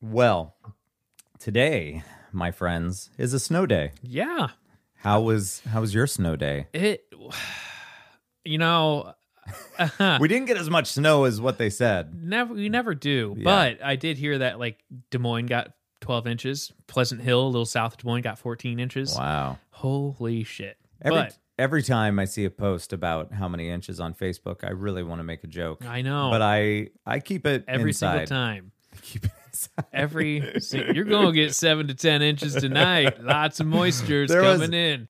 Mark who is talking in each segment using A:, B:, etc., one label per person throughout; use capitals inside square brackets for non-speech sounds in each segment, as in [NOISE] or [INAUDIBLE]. A: Well, today, my friends, is a snow day.
B: Yeah.
A: How was how was your snow day?
B: It, [SIGHS] you know,
A: we didn't get as much snow as what they said.
B: never we never do.
A: Yeah.
B: But I did hear that like Des Moines got 12 inches, Pleasant Hill, a little south of Des Moines, got 14 inches.
A: Wow.
B: Holy shit!
A: Every every time I see a post about how many inches on Facebook, I really want to make a joke.
B: but I know
A: But I I keep it
B: every
A: inside.
B: single time.
A: [LAUGHS] I keep it inside.
B: Every si- you're gonna get seven to ten inches tonight. Lots of moisture is
A: There was-
B: coming in.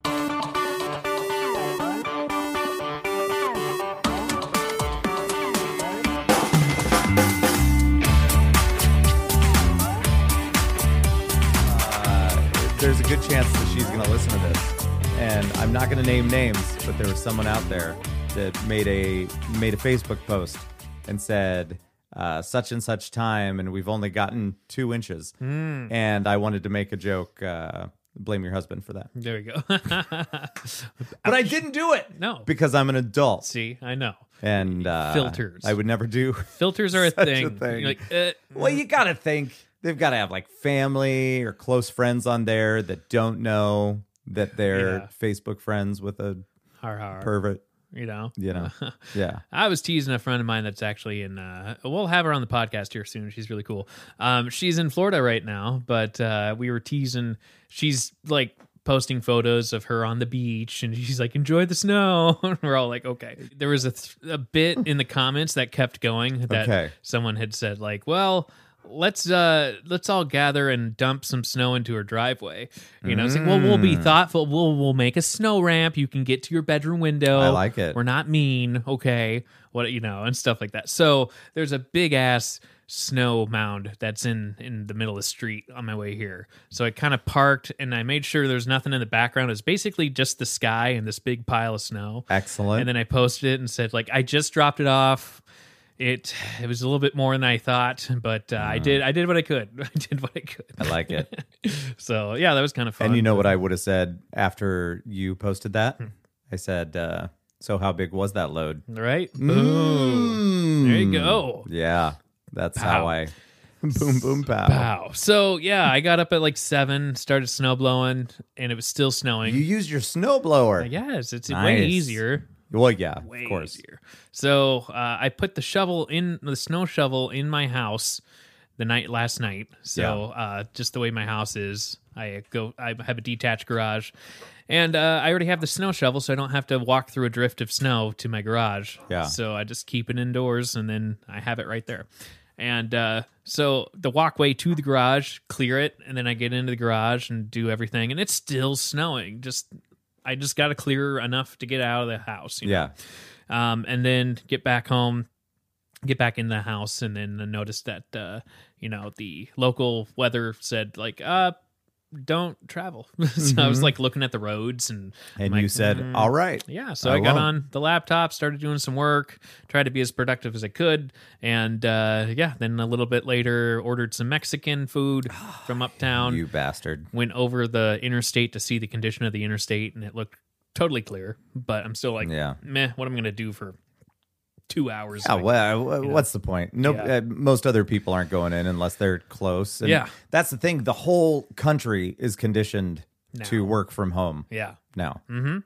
A: Uh, there's a good chance that she's going to listen to this, and I'm not going to name names, but there was someone out there that made a made a Facebook post and said uh, such and such time, and we've only gotten two inches.
B: Hmm.
A: And I wanted to make a joke. Uh, blame your husband for that,
B: There we go. [LAUGHS]
A: but I didn't do it
B: no,
A: because I'm an adult
B: see, I know
A: and uh,
B: Filters.
A: I would never do.
B: filters are a
A: Such a
B: thing.
A: thing.
B: You're like, eh,
A: Well, you got to think they've got to have like family or close friends on there that don't know that they're
B: Yeah.
A: Facebook friends with a
B: har, har,
A: pervert,
B: you know.
A: you
B: [LAUGHS]
A: know. yeah.
B: I was teasing a friend of mine that's actually in. Uh, we'll have her on the podcast here soon. She's really cool. Um, she's in Florida right now, but uh, we were teasing. She's like posting photos of her on the beach, and [LAUGHS] she's like, "Enjoy the snow." [LAUGHS] And we're all like, "Okay." There was a, th- a bit in the comments that kept going that
A: Okay.
B: someone had said, like, "Well." Let's uh let's all gather and dump some snow into her driveway. You know, it's like, well, we'll be
A: Mm.
B: thoughtful. We'll we'll make a snow ramp. You can get to your bedroom window.
A: I like it.
B: We're not mean, okay? What you know, and stuff like that. So there's a big ass snow mound that's in in the middle of the street on my way here. So I kind of parked and I made sure there's nothing in the background. It's basically just the sky and this big pile of snow.
A: Excellent.
B: And then I posted it and said like I just dropped it off. It it was a little bit more than I thought, but uh, I
A: Mm.
B: did I did what I could. [LAUGHS] I did what I could.
A: I like it.
B: [LAUGHS] So yeah, that was kind of fun. Hmm.
A: and you know what I would have said after you posted that? I said, uh, so how big was that load?
B: right? Boom.
A: Mm.
B: There you go.
A: Yeah. That's
B: Pow.
A: how I [LAUGHS] boom boom pow.
B: Wow. So yeah, I got up at like seven, started snow blowing, and it was still snowing.
A: You used your snowblower.
B: yes, it's way
A: Nice.
B: easier.
A: Well, yeah,
B: Uh, Way
A: of course.
B: easier. So uh, I put the shovel in the snow shovel in my house the night last night. So uh, just the way my house is, I go. I have a detached garage, and uh, I already have the snow shovel, so I don't have to walk through a drift of snow to my garage.
A: Yeah.
B: So I just keep it indoors, and then I have it right there. And uh, so the walkway to the garage, clear it, and then I get into the garage and do everything, and it's still snowing. Just I just got to clear enough to get out of the house. you know?
A: Yeah.
B: um, and then get back home, get back in the house, and then notice that uh, you know the local weather said like uh don't travel. [LAUGHS] so I was
A: Mhm.
B: like looking at the roads and
A: And
B: Like,
A: you said,
B: mm.
A: "All
B: [SIGHS]
A: right." [SIGHS]
B: yeah, so I,
A: I
B: got
A: won't.
B: on the laptop, started doing some work, tried to be as productive as I could, and uh, yeah, then a little bit later ordered some Mexican food from uptown
A: You bastard.
B: went over the interstate to see the condition of the interstate and it looked totally clear but i'm still like
A: Yeah.
B: meh what am i gonna do for two hours
A: Yeah,
B: Like,
A: well, uh,
B: you know?
A: what's the point? No,
B: Yeah.
A: uh, most other people aren't going in unless they're close.
B: Yeah.
A: that's the thing. The whole country is conditioned
B: Now.
A: to work from home
B: yeah
A: now.
B: mm-hmm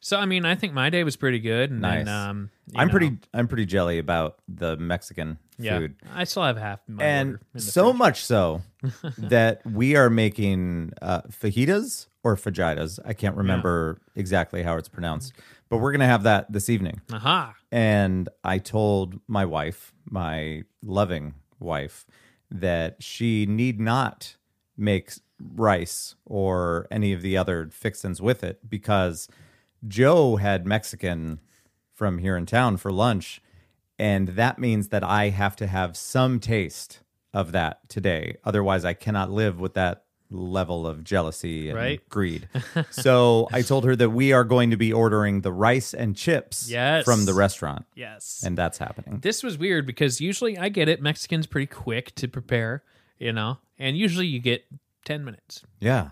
B: so i mean i think my day was pretty good and
A: Nice.
B: then, um you
A: I'm
B: know,
A: pretty, I'm pretty jelly about the Mexican
B: yeah
A: food,
B: i still have half my
A: and
B: order in the
A: so
B: fridge.
A: much
B: [LAUGHS]
A: so that we are making uh, fajitas or fajitas. I can't remember exactly how it's pronounced, but we're gonna have that this evening.
B: aha
A: and I told my wife, my loving wife, that she need not make rice or any of the other fixins with it because Joe had Mexican from here in town for lunch. And that means that I have to have some taste of that today. Otherwise, I cannot live with that level of jealousy and
B: Right.
A: greed. so
B: [LAUGHS]
A: I told her that we are going to be ordering the rice and chips
B: Yes.
A: from the restaurant.
B: yes
A: And that's happening.
B: this was weird because usually i get it mexicans pretty quick to prepare you know and usually you get 10 minutes
A: Yeah.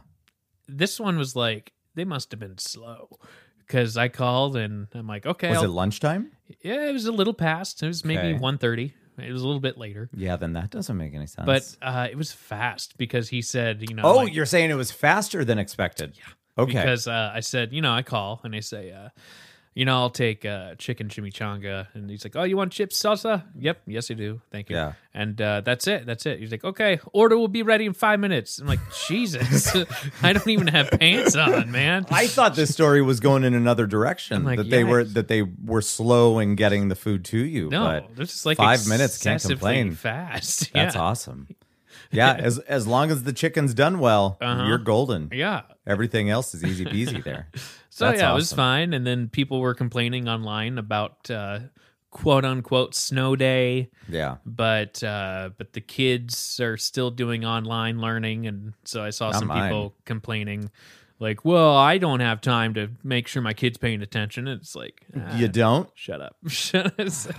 B: this one was like they must have been slow because I called and I'm like, okay,
A: Was
B: I'll-
A: it lunchtime?
B: yeah, it was a little past. It was maybe
A: Okay.
B: 1.30 It was a little bit later,
A: Yeah, then that doesn't make any sense.
B: but uh, it was fast because he said, you know,
A: oh,
B: like-
A: you're saying it was faster than expected. Yeah. Okay.
B: because uh, I said, you know, I call and I say, uh, you know, I'll take uh, chicken chimichanga, and he's like, oh, you want chips salsa? Yep, yes, I do. Thank you.
A: Yeah.
B: And uh, that's it. That's it. He's like, okay, order will be ready in five minutes. I'm like, Jesus, [LAUGHS] I don't even have pants
A: [LAUGHS]
B: on, man.
A: I thought this story was going in
B: [LAUGHS]
A: another direction.
B: like,
A: that they were
B: yikes.
A: that they were slow in getting the food to you.
B: no,
A: but
B: this is like
A: five minutes can't
B: excessively
A: complain.
B: Fast.
A: That's
B: yeah.
A: awesome.
B: [LAUGHS]
A: Yeah, as as long as the chicken's done well, you're golden.
B: Uh-huh. Yeah.
A: Everything else is easy peasy
B: [LAUGHS]
A: there.
B: So
A: That's
B: yeah, it was
A: awesome.
B: fine. And then people were complaining online about uh, quote unquote snow day.
A: Yeah.
B: but uh, but the kids are still doing online learning, and so I saw
A: Not
B: some
A: mine.
B: people complaining, like, "Well, I don't have time to make sure my kids paying attention." And it's like, ah,
A: You don't?
B: shut up, [LAUGHS] shut up.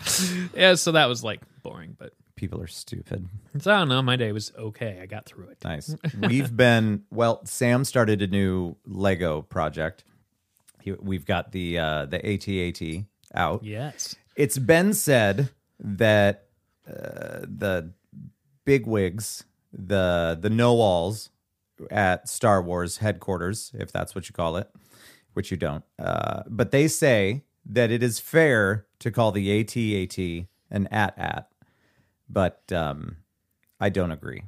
B: yeah. So that was like boring, but
A: People are stupid.
B: so I don't know. My day was okay. I got through it.
A: [LAUGHS] Nice. We've been well. Sam started a new Lego project. He, we've got the uh, the ATAT out.
B: Yes.
A: It's been said that uh, the bigwigs, the the know-alls at Star Wars headquarters, if that's what you call it, which you don't, uh, but they say that it is fair to call the ATAT an AT-AT, but um, I don't agree.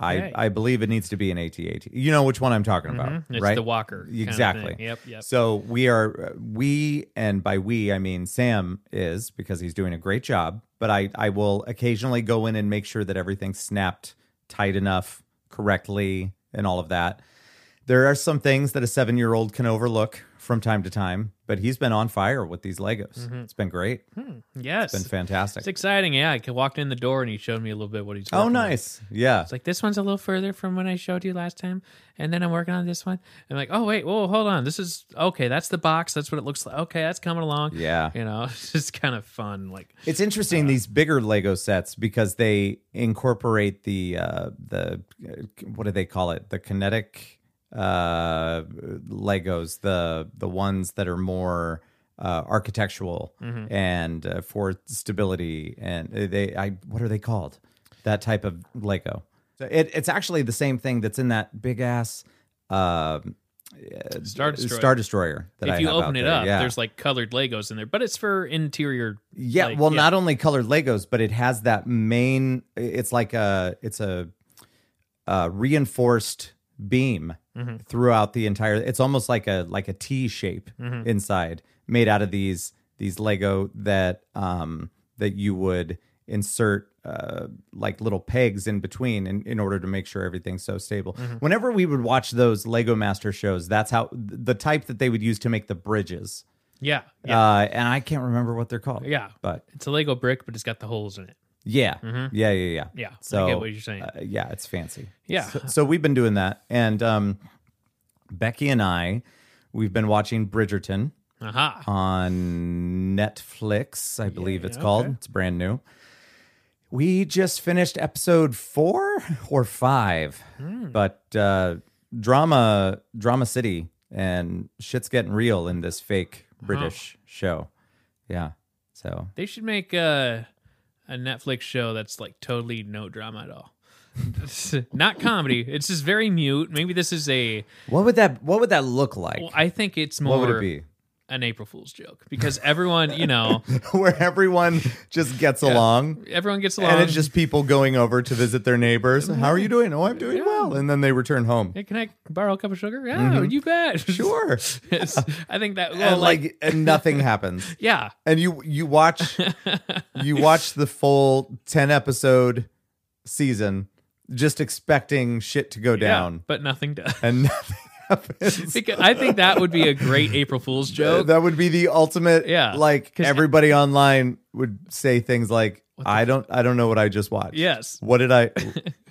B: Okay.
A: I, I believe it needs to be an ATAT. You know which one I'm talking about,
B: Hmm. Mm-hmm. It's
A: Uh, right?
B: the walker. kind of thing.
A: Exactly.
B: Yep. Yep.
A: So we are we and by we I mean Sam is because he's doing a great job, but I I will occasionally go in and make sure that everything's snapped tight enough, correctly and all of that. There are some things that a 7-year-old can overlook from time to time, but he's been on fire with these Legos. It's been great.
B: yes.
A: Been fantastic.
B: Mm-hmm. it's exciting. Yeah. I walked in the door and he showed me a little bit what he's.
A: Oh
B: working on.
A: nice. Yeah.
B: It's like this one's a little further from when I showed you last time, and then I'm working on this one. I'm like, oh wait, whoa, hold on, this is okay. That's the box. That's what it looks like. Okay, that's coming along.
A: Yeah.
B: you know, [LAUGHS] it's just kind of fun. Like,
A: It's interesting these bigger Lego sets because they incorporate the uh, the uh, what do they call it the kinetic uh, Legos the the ones that are more uh, architectural
B: Mm-hmm.
A: and uh, for stability and uh, they I what are they called that type of Lego so it, it's actually the same thing that's in that big ass uh,
B: Star Destroyer.
A: Star Destroyer that I
B: if you
A: have out
B: open it
A: there.
B: up,
A: yeah.
B: there's like colored Legos in there, but it's for interior.
A: Yeah,
B: like,
A: well, not only colored Legos, but it has that main. It's like a it's a, uh reinforced beam
B: Mm-hmm.
A: throughout the entire. It's almost like a like a T shape
B: Mm-hmm.
A: inside, made out of these these Lego that um that you would insert uh like little pegs in between in, in order to make sure everything's so stable.
B: Mm-hmm.
A: Whenever we would watch those Lego Master shows, that's how the type that they would use to make the bridges.
B: yeah, yeah,
A: Uh, and I can't remember what they're called.
B: yeah.
A: But
B: It's a Lego brick, but it's got the holes in it.
A: yeah, yeah, yeah, yeah.
B: Mm-hmm. Yeah,
A: So
B: I get what you're saying.
A: uh, yeah, it's fancy.
B: Yeah.
A: So, so we've been doing that, and um, Becky and I, we've been watching Bridgerton
B: Aha.
A: uh, on Netflix. I believe it's called. It's brand new. We just finished episode four or five,
B: Hmm.
A: but uh, drama, drama city, and shit's getting real in this fake
B: Uh-huh.
A: British show. Yeah. So
B: They should make a, a Netflix show that's like totally no drama at all. [LAUGHS] not comedy. It's just very mute. Maybe this is a.
A: What would that What would that look like?
B: Well, I think it's more.
A: what would it be?
B: an April Fool's joke because everyone,
A: [LAUGHS]
B: you know,
A: Where everyone just gets along,
B: everyone gets along.
A: and it's just people going over to visit their neighbors. How are you doing? Oh, I'm doing well. And then they return home.
B: hey, can I borrow a cup of sugar? Yeah, you bet.
A: Mm-hmm.
B: [LAUGHS]
A: Sure.
B: It's- I think that. Well,
A: And
B: like,
A: like, and nothing happens.
B: [LAUGHS] yeah,
A: And you you watch you watch the full ten episode season, just expecting shit to go
B: yeah,
A: down,
B: but nothing does. [LAUGHS]
A: and [LAUGHS] nothing happens.
B: Because I think that would be a great
A: [LAUGHS]
B: April Fool's joke.
A: That would be the ultimate.
B: Yeah.
A: Like
B: 'Cause-
A: everybody online would say things like, "I don't, I don't know what I just watched."
B: Yes.
A: What did
B: [LAUGHS]
A: I?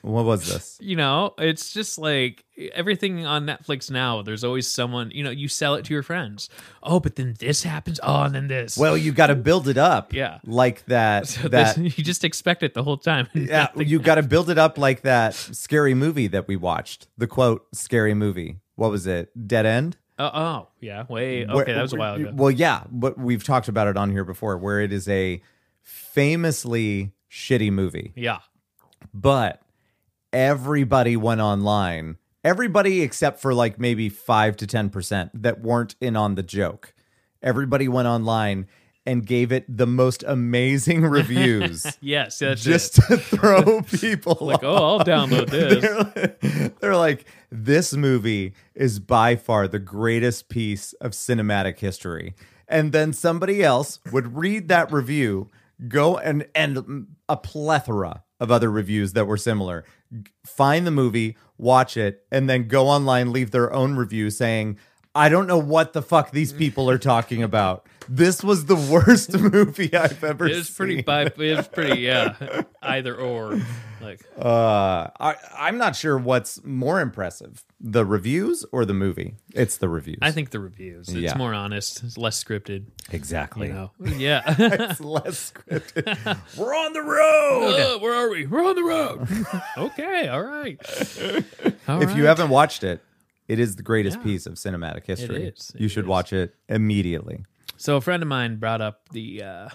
A: what was this?
B: You know, it's just like everything on Netflix now. There's always someone. You know, you sell it to your friends. Oh, but then this happens. Oh, and then this.
A: Well, you got to build it up.
B: Yeah. [LAUGHS]
A: Like that.
B: So
A: that.
B: this- you just expect it the whole time. [LAUGHS]
A: yeah. You got to build it up like that scary movie that we watched. The quote scary movie. What was it? Dead End.
B: Oh, oh, yeah. Way.
A: Where-
B: Okay, that was a while ago.
A: Well, yeah, but we've talked about it on here before, where it is a famously shitty movie.
B: Yeah.
A: But everybody went online. Everybody except for like maybe 5 to 10% that weren't in on the joke. Everybody went online and gave it the most
B: [LAUGHS]
A: amazing reviews
B: Yes. That's
A: just
B: just
A: to
B: [LAUGHS]
A: throw people
B: like, oh, I'll download this.
A: [LAUGHS] they're, they're like, this movie is by far the greatest piece of cinematic history. And then somebody else would read that review, go and and a plethora of other reviews that were similar. G- Find the movie, watch it, and then go online, leave their own review saying, I don't know what the fuck these people are talking about. This was the worst [LAUGHS] movie I've ever
B: It was pretty,
A: seen.
B: bi- it was
A: [LAUGHS]
B: pretty, yeah, either or. Like,
A: Uh, I, I'm not sure what's more impressive, the reviews or the movie. It's the reviews.
B: I think the reviews. It's
A: Yeah.
B: more honest. It's less scripted.
A: exactly.
B: You know. Yeah.
A: [LAUGHS] it's less scripted. [LAUGHS] We're on the road.
B: Uh, where are we? We're on
A: [LAUGHS]
B: the road. okay. All right. All
A: if you
B: right.
A: haven't watched it, it is the greatest piece of cinematic history.
B: is, it
A: you should
B: is.
A: watch it immediately.
B: So a friend of mine brought up the uh,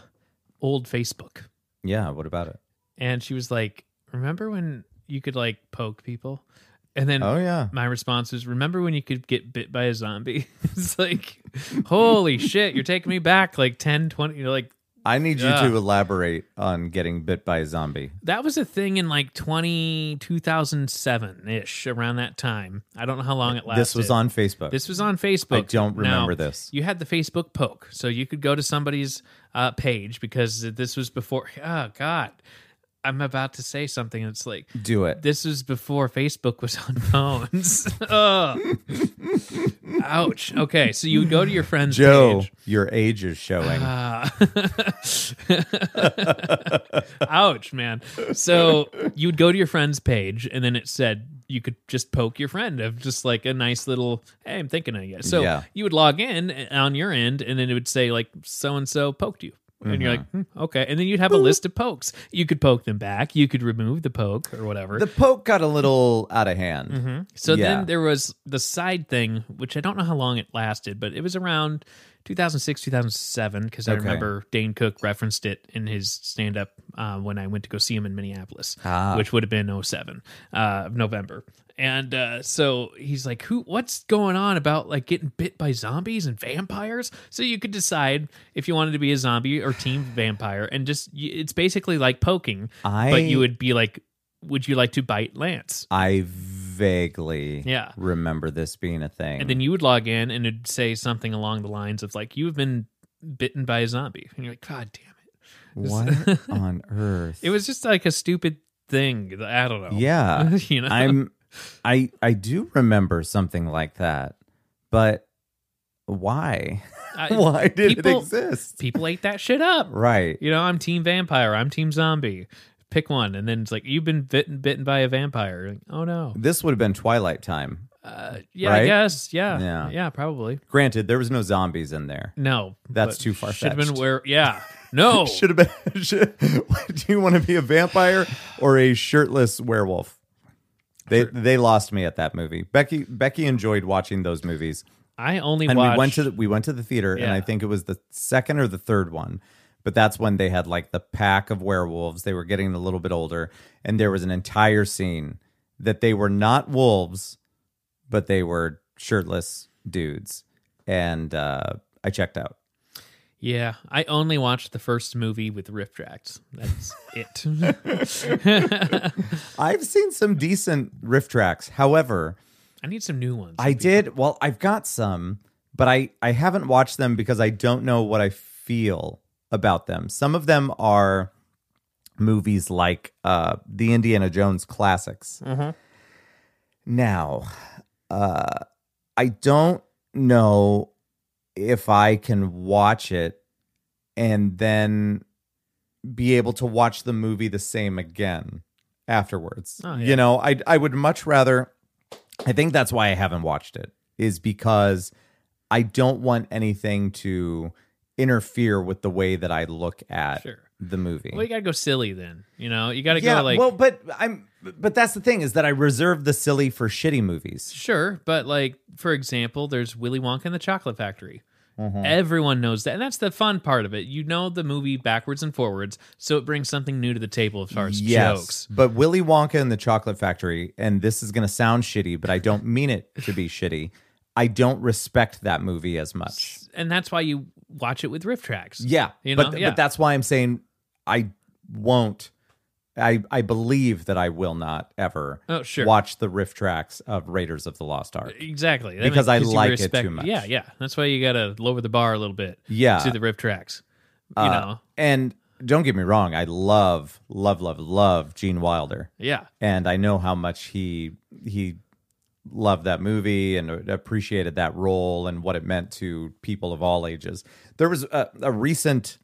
B: old Facebook,
A: Yeah. What about it?
B: and she was like, "Remember when you could like poke people?" And then
A: Oh yeah.
B: my response was, "Remember when you could get bit by a zombie?" [LAUGHS] it's like, "Holy shit, you're taking me back like 10, 20, you know, like
A: I need you
B: Yeah.
A: to elaborate on getting bit by a zombie.
B: that was a thing in like 20 2007-ish around that time. I don't know how long it lasted.
A: This was on Facebook.
B: This was on Facebook.
A: I don't
B: Now,
A: remember this.
B: You had the Facebook poke, so you could go to somebody's uh, page because this was before. Oh God, I'm about to say something. It's like
A: Do it.
B: this was before Facebook was [LAUGHS] on phones. Ugh. Ouch. Okay, so you would go to your friend's
A: Joe,
B: page.
A: your age is
B: [SIGHS]
A: showing.
B: Ah. [LAUGHS] Ouch, man. So you would go to your friend's page, and then it said you could just poke your friend of just like a nice little, hey, I'm thinking of you. So
A: Yeah.
B: you would log in eh, on your end, and then it would say, like, so and so poked you. And you're
A: Mm-hmm.
B: like, hmm, okay. And then you'd have a list of pokes. You could poke them back. You could remove the poke or whatever.
A: The poke got a little out of hand.
B: Mhm. So
A: Mm-hmm. Yeah.
B: then there was the side thing, which I don't know how long it lasted, but it was around 2006, 2007, because I
A: Okay.
B: remember Dane Cook referenced it in his stand up uh, when I went to go see him in Minneapolis,
A: Ah.
B: which would have been 07 uh, of November. And uh, so he's like, "Who? What's going on about like getting bit by zombies and vampires?" So you could decide if you wanted to be a zombie or team vampire, and just y- it's basically like poking,
A: I
B: but you would be like, "Would you like to bite Lance?"
A: I vaguely
B: Yeah.
A: remember this being a thing.
B: And then you would log in and it'd say something along the lines of like, "You've been bitten by a zombie," and you're like, "God damn it!"
A: what
B: [LAUGHS]
A: on earth?
B: It was just like a stupid thing. that- I don't know.
A: yeah.
B: [LAUGHS] you know.
A: I'm I I do remember something like that. But why? [LAUGHS]
B: I-
A: why did it
B: people-
A: exist?
B: people ate that shit up.
A: Right.
B: You know, I'm team vampire. I'm team zombie. Pick one, and then it's like you've been bitten bitten by a vampire. Like, oh no.
A: This would have been Twilight time.
B: Uh, yeah, I
A: Right?
B: guess. Yeah,
A: Yeah.
B: yeah, probably.
A: Granted, there was no zombies in there.
B: No,
A: That's too
B: Should have been
A: far-fetched.
B: where. Yeah, no.
A: [LAUGHS] Should have been. Should, [LAUGHS] do you want to be a vampire or a shirtless werewolf? They they lost me at that movie. Becky Becky enjoyed watching those movies.
B: I only
A: and
B: watched.
A: we went to the, we went to the theater and
B: Yeah.
A: i think it was the second or the third one but that's when they had like the pack of werewolves they were getting a little bit older and there was an entire scene that they were not wolves but they were shirtless dudes and uh, i checked out
B: Yeah, I only watched the first movie with riff tracts. That's it.
A: [LAUGHS] i've seen some decent riff tracks however
B: I need some new ones.
A: I did. Well, I've got some, but I I haven't watched them because I don't know what I feel about them. Some of them are movies like uh the Indiana Jones classics.
B: Mhm.
A: Now, uh I don't know if I can watch it and then be able to watch the movie the same again afterwards.
B: Oh, yeah.
A: You know, I I would much rather I think that's why I haven't watched it is because I don't want anything to interfere with the way that I look at
B: Sure.
A: the movie.
B: Well, you gotta go silly then. You know, you gotta
A: yeah,
B: go like
A: well, but I'm but that's the thing is that I reserve the silly for shitty movies.
B: sure, but like for example, there's Willy Wonka and the Chocolate Factory.
A: Mm-hmm. Mm.
B: Everyone knows that. And that's the fun part of it. You know the movie backwards and forwards, so it brings something new to the table as far as jokes.
A: But Willy Wonka and the Chocolate Factory, and this is going to sound shitty, but I don't mean it to be shitty. I don't respect that movie as much.
B: And that's why you watch it with riff tracks.
A: Yeah,
B: You know?
A: but
B: Yeah.
A: but that's why I'm saying I won't. I I believe that I will not ever
B: Oh, sure.
A: watch the riff tracks of Raiders of the Lost Ark.
B: Exactly. That
A: Because
B: mean-
A: I
B: 'cause you
A: like it
B: respect-
A: too much.
B: Yeah, yeah. That's why you got to lower the bar a little bit
A: Yeah,
B: to the riff tracks. You
A: uh,
B: know?
A: And don't get me wrong, I love love love love Gene Wilder,
B: Yeah.
A: and I know how much he he loved that movie and appreciated that role and what it meant to people of all ages. There was a, a recent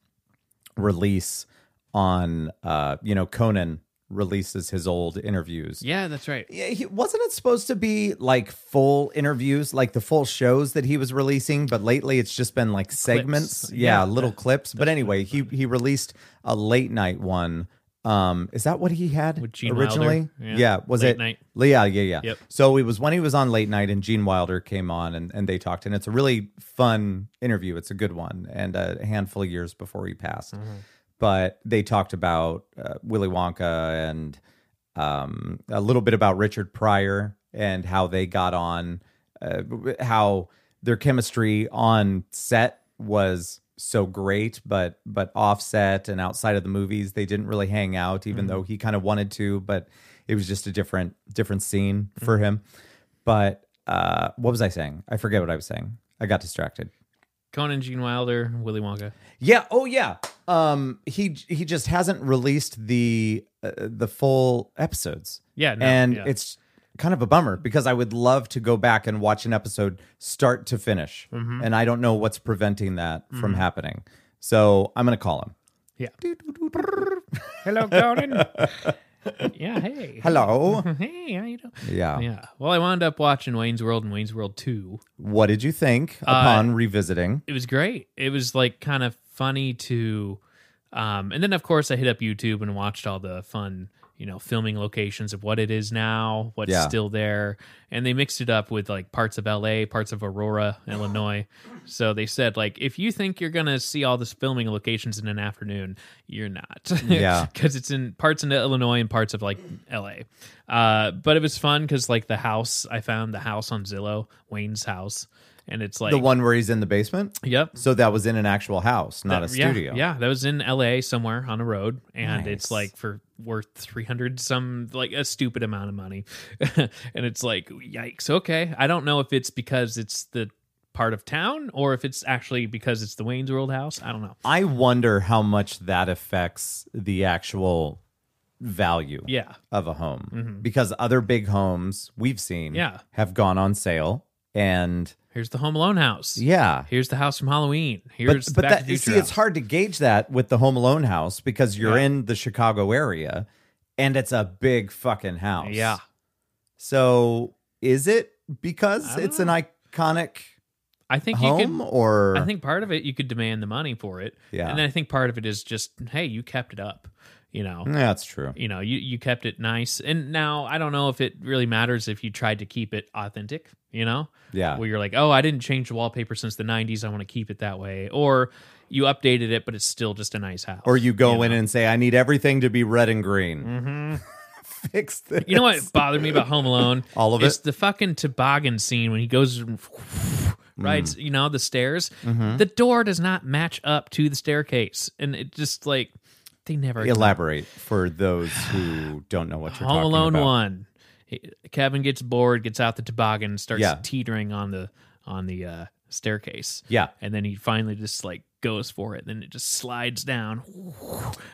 A: release on uh you know Conan releases his old interviews.
B: Yeah, that's right.
A: Yeah, he, wasn't it supposed to be like full interviews, like the full shows that he was releasing? But lately, it's just been like segments, Yeah,
B: Yeah.
A: little clips. But anyway, he he released a late night one. Um, is that what he had
B: With Gene
A: originally?
B: Wilder, yeah.
A: was
B: Late
A: it
B: Night.
A: Yeah, yeah, yeah.
B: Yep.
A: So it was when he was on late night, and Gene Wilder came on, and, and they talked, and it's a really fun interview. It's a good one, and a handful of years before he passed,
B: Mm-hmm.
A: but they talked about uh, Willy Wonka and um, a little bit about Richard Pryor and how they got on, uh, how their chemistry on set was so great, but but offset and outside of the movies, they didn't really hang out, even though he kind of wanted to, but it was just a different different scene for him. But uh, what was I saying? I forget what I was saying. I got distracted.
B: Conan, Gene Wilder, Willy Wonka.
A: Yeah. Oh, yeah. Um, he he just hasn't released the uh, the full episodes,
B: Yeah, no,
A: and
B: yeah.
A: it's kind of a bummer because I would love to go back and watch an episode start to finish,
B: Mm-hmm.
A: and I don't know what's preventing that from happening. So I'm gonna call him.
B: Yeah.
A: [LAUGHS]
B: Hello, Conan. yeah. Hey. [LAUGHS]
A: Hello.
B: Hey, how you doing?
A: yeah.
B: Yeah. Well, I wound up watching Wayne's World and Wayne's World Two.
A: What did you think
B: Uh,
A: upon revisiting?
B: It was great. It was like kind of funny to, um, and then of course I hit up YouTube and watched all the fun, you know, filming locations of what it is now, what's
A: Yeah.
B: still there, and they mixed it up with like parts of L.A., parts of Aurora, Illinois. So they said like, if you think you're gonna see all this filming locations in an afternoon, you're not. [LAUGHS]
A: Yeah.
B: because it's in parts in Illinois and parts of like L.A. Uh, but it was fun because like the house I found the house on Zillow, Wayne's house. And it's like
A: the one where he's in the basement.
B: Yep.
A: So that was in an actual house, not a
B: Yeah,
A: studio.
B: Yeah, that was in L.A. somewhere on a road, and
A: Nice.
B: it's like for worth three hundred some like a stupid amount of money, [LAUGHS] and it's like yikes. Okay, I don't know if it's because it's the part of town or if it's actually because it's the Wayne's World house. I don't know.
A: I wonder how much that affects the actual value
B: Yeah, Mm-hmm.
A: of a home because other big homes we've seen
B: Yeah.
A: have gone on sale and
B: here's the Home Alone house.
A: yeah
B: Here's the house from Halloween.
A: but,
B: Here's
A: but
B: the Back
A: that
B: to
A: you
B: the Future
A: see it's
B: house.
A: hard to gauge that with the home alone house because you're
B: Yeah.
A: in the chicago area and it's a big fucking house
B: Yeah,
A: so is it
B: I
A: because
B: don't
A: it's
B: know.
A: an iconic
B: I think you
A: home
B: could
A: or
B: I think part of it you could demand the money for it.
A: Yeah.
B: And then I think part of it is just, hey, you kept it up. You know.
A: Yeah, that's true
B: You know, you, you kept it nice. And now I don't know if it really matters if you tried to keep it authentic, you know?
A: yeah
B: Where you're like, oh, I didn't change the wallpaper since the 90s. I want to keep it that way. Or you updated it, but it's still just a nice house.
A: or you go
B: know? Mm-hmm.
A: in and say i need everything to be red and green [LAUGHS] fix this
B: You know what bothered me about Home Alone?
A: [LAUGHS] All of
B: It's the fucking toboggan scene when he goes and
A: Mm.
B: right, you know, the stairs.
A: Mm-hmm.
B: The door does not match up to the staircase. And it just like they never
A: elaborate for those who don't know what you're
B: Home
A: talking
B: Alone
A: about.
B: one. He- Kevin gets bored, gets out the toboggan, and starts
A: Yeah.
B: teetering on the on the uh, staircase.
A: Yeah.
B: and then he finally just like goes for it. Then it just slides down,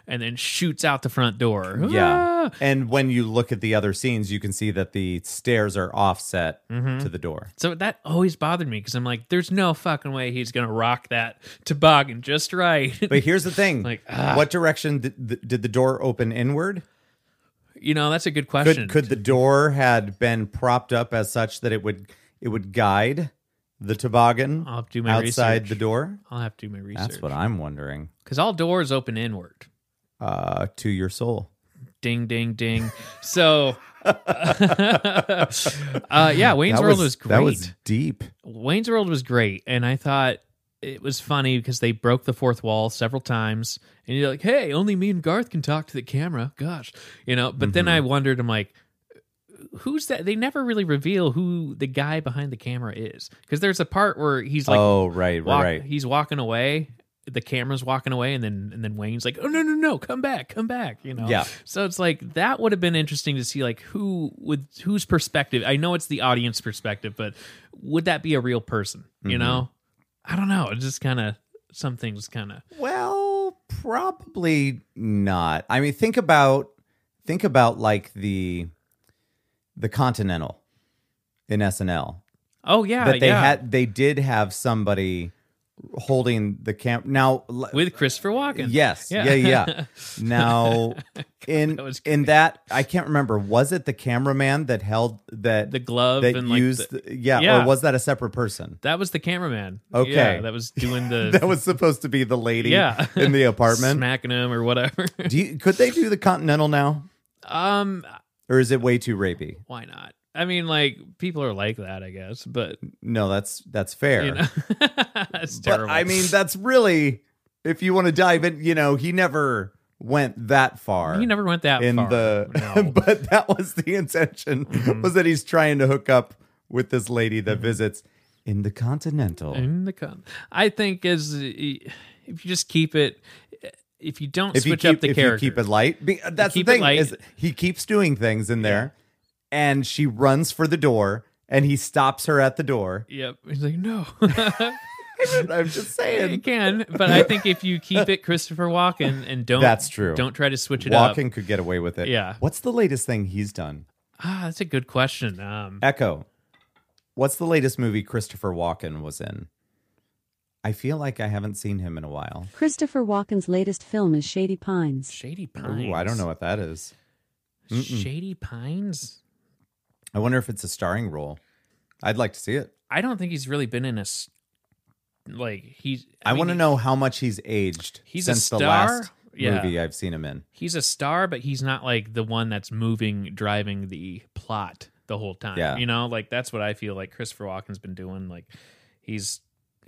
B: and then shoots out the front door.
A: Yeah.
B: Ah!
A: And when you look at the other scenes, you can see that the stairs are offset
B: Mm-hmm.
A: to the door.
B: So that always bothered me because I'm like, there's no fucking way he's gonna rock that toboggan just right.
A: But here's the thing.
B: Like, ah.
A: what direction did the, did the door open inward?
B: [LAUGHS] you know, that's a good question.
A: Could could the door had been propped up as such that it would it would guide the toboggan
B: I'll have to do Oh, my
A: outside
B: research.
A: the door?
B: I'll have to do my research.
A: That's what I'm wondering.
B: because all doors open inward.
A: Uh, to your soul.
B: ding ding ding so [LAUGHS] uh, yeah wayne's
A: that was,
B: world was great
A: That was deep.
B: wayne's world was great and i thought it was funny because they broke the fourth wall several times and you're like hey only me and garth can talk to the camera gosh you know but
A: Mm-hmm.
B: then i wondered i'm like who's that they never really reveal who the guy behind the camera is because there's a part where he's like
A: oh, right,
B: walk,
A: right.
B: he's walking away the camera's walking away and then and then wayne's like oh no no no come back come back you know
A: Yeah.
B: so it's like that would have been interesting to see like who would whose perspective i know it's the audience perspective but would that be a real person you
A: Mhm.
B: know i don't know it's just kind of some things kind of
A: Well, probably not. I mean, think about think about like the the Continental in SNL
B: oh yeah
A: that they
B: yeah.
A: had they did have somebody holding the camp now l-
B: with christopher walken
A: yes yeah yeah,
B: [LAUGHS]
A: now in
B: That was
A: in that i can't remember was it the cameraman that held that
B: [LAUGHS] the glove
A: that
B: and like
A: used
B: the-
A: the- yeah,
B: yeah.
A: or was that a separate person
B: that was the cameraman
A: Okay.
B: yeah, that was doing the
A: [LAUGHS] that was supposed to be the lady
B: Yeah. [LAUGHS]
A: in the apartment
B: smacking him or whatever [LAUGHS]
A: do you, could they do the continental now
B: um
A: or is it way too rapey
B: why not? I mean, like people are like that, I guess, but
A: no that's that's fair
B: you know, [LAUGHS] that's
A: but
B: terrible.
A: i mean that's really if you want to dive in you know he never went that far
B: he never went
A: [LAUGHS]
B: that
A: in
B: far.
A: the
B: No. Mm-hmm.
A: but that was the intention was that he's trying to hook up with this lady that visits in the continental
B: in the con- I think is if you just keep it, eh, if you don't
A: if you
B: switch
A: keep
B: up the
A: if you
B: character,
A: keep it light be, that's
B: keep it
A: the thing
B: light-
A: is he keeps doing things in there and she runs for the door and he stops her at the door [LAUGHS]
B: yep. He's like, no, [LAUGHS]
A: i'm just
B: you
A: saying
B: can, but I think if you keep it Christopher Walken and don't,
A: That's true.
B: Don't try to switch it up.
A: walking could get away with it
B: Yeah.
A: what's the latest thing he's done
B: Ah, that's a good question. Um,
A: echo what's the latest movie christopher walken was in i feel like i haven't seen him in a while
C: Christopher Walken's latest film is Shady Pines.
B: Shady Pines.
A: Ooh, I don't know what that is. Mm-mm.
B: Shady Pines.
A: I wonder if it's a starring role. I'd like to see it.
B: I don't think he's really been in a s- like he's.
A: I,
B: mean,
A: want to
B: he-
A: know how much he's aged
B: He's a
A: since the
B: star?
A: last
B: Yeah.
A: movie I've seen him in.
B: He's a star, but he's not like the one that's moving, driving the plot the whole time.
A: Yeah.
B: you know, like that's what I feel like Christopher Walken's been doing. Like he's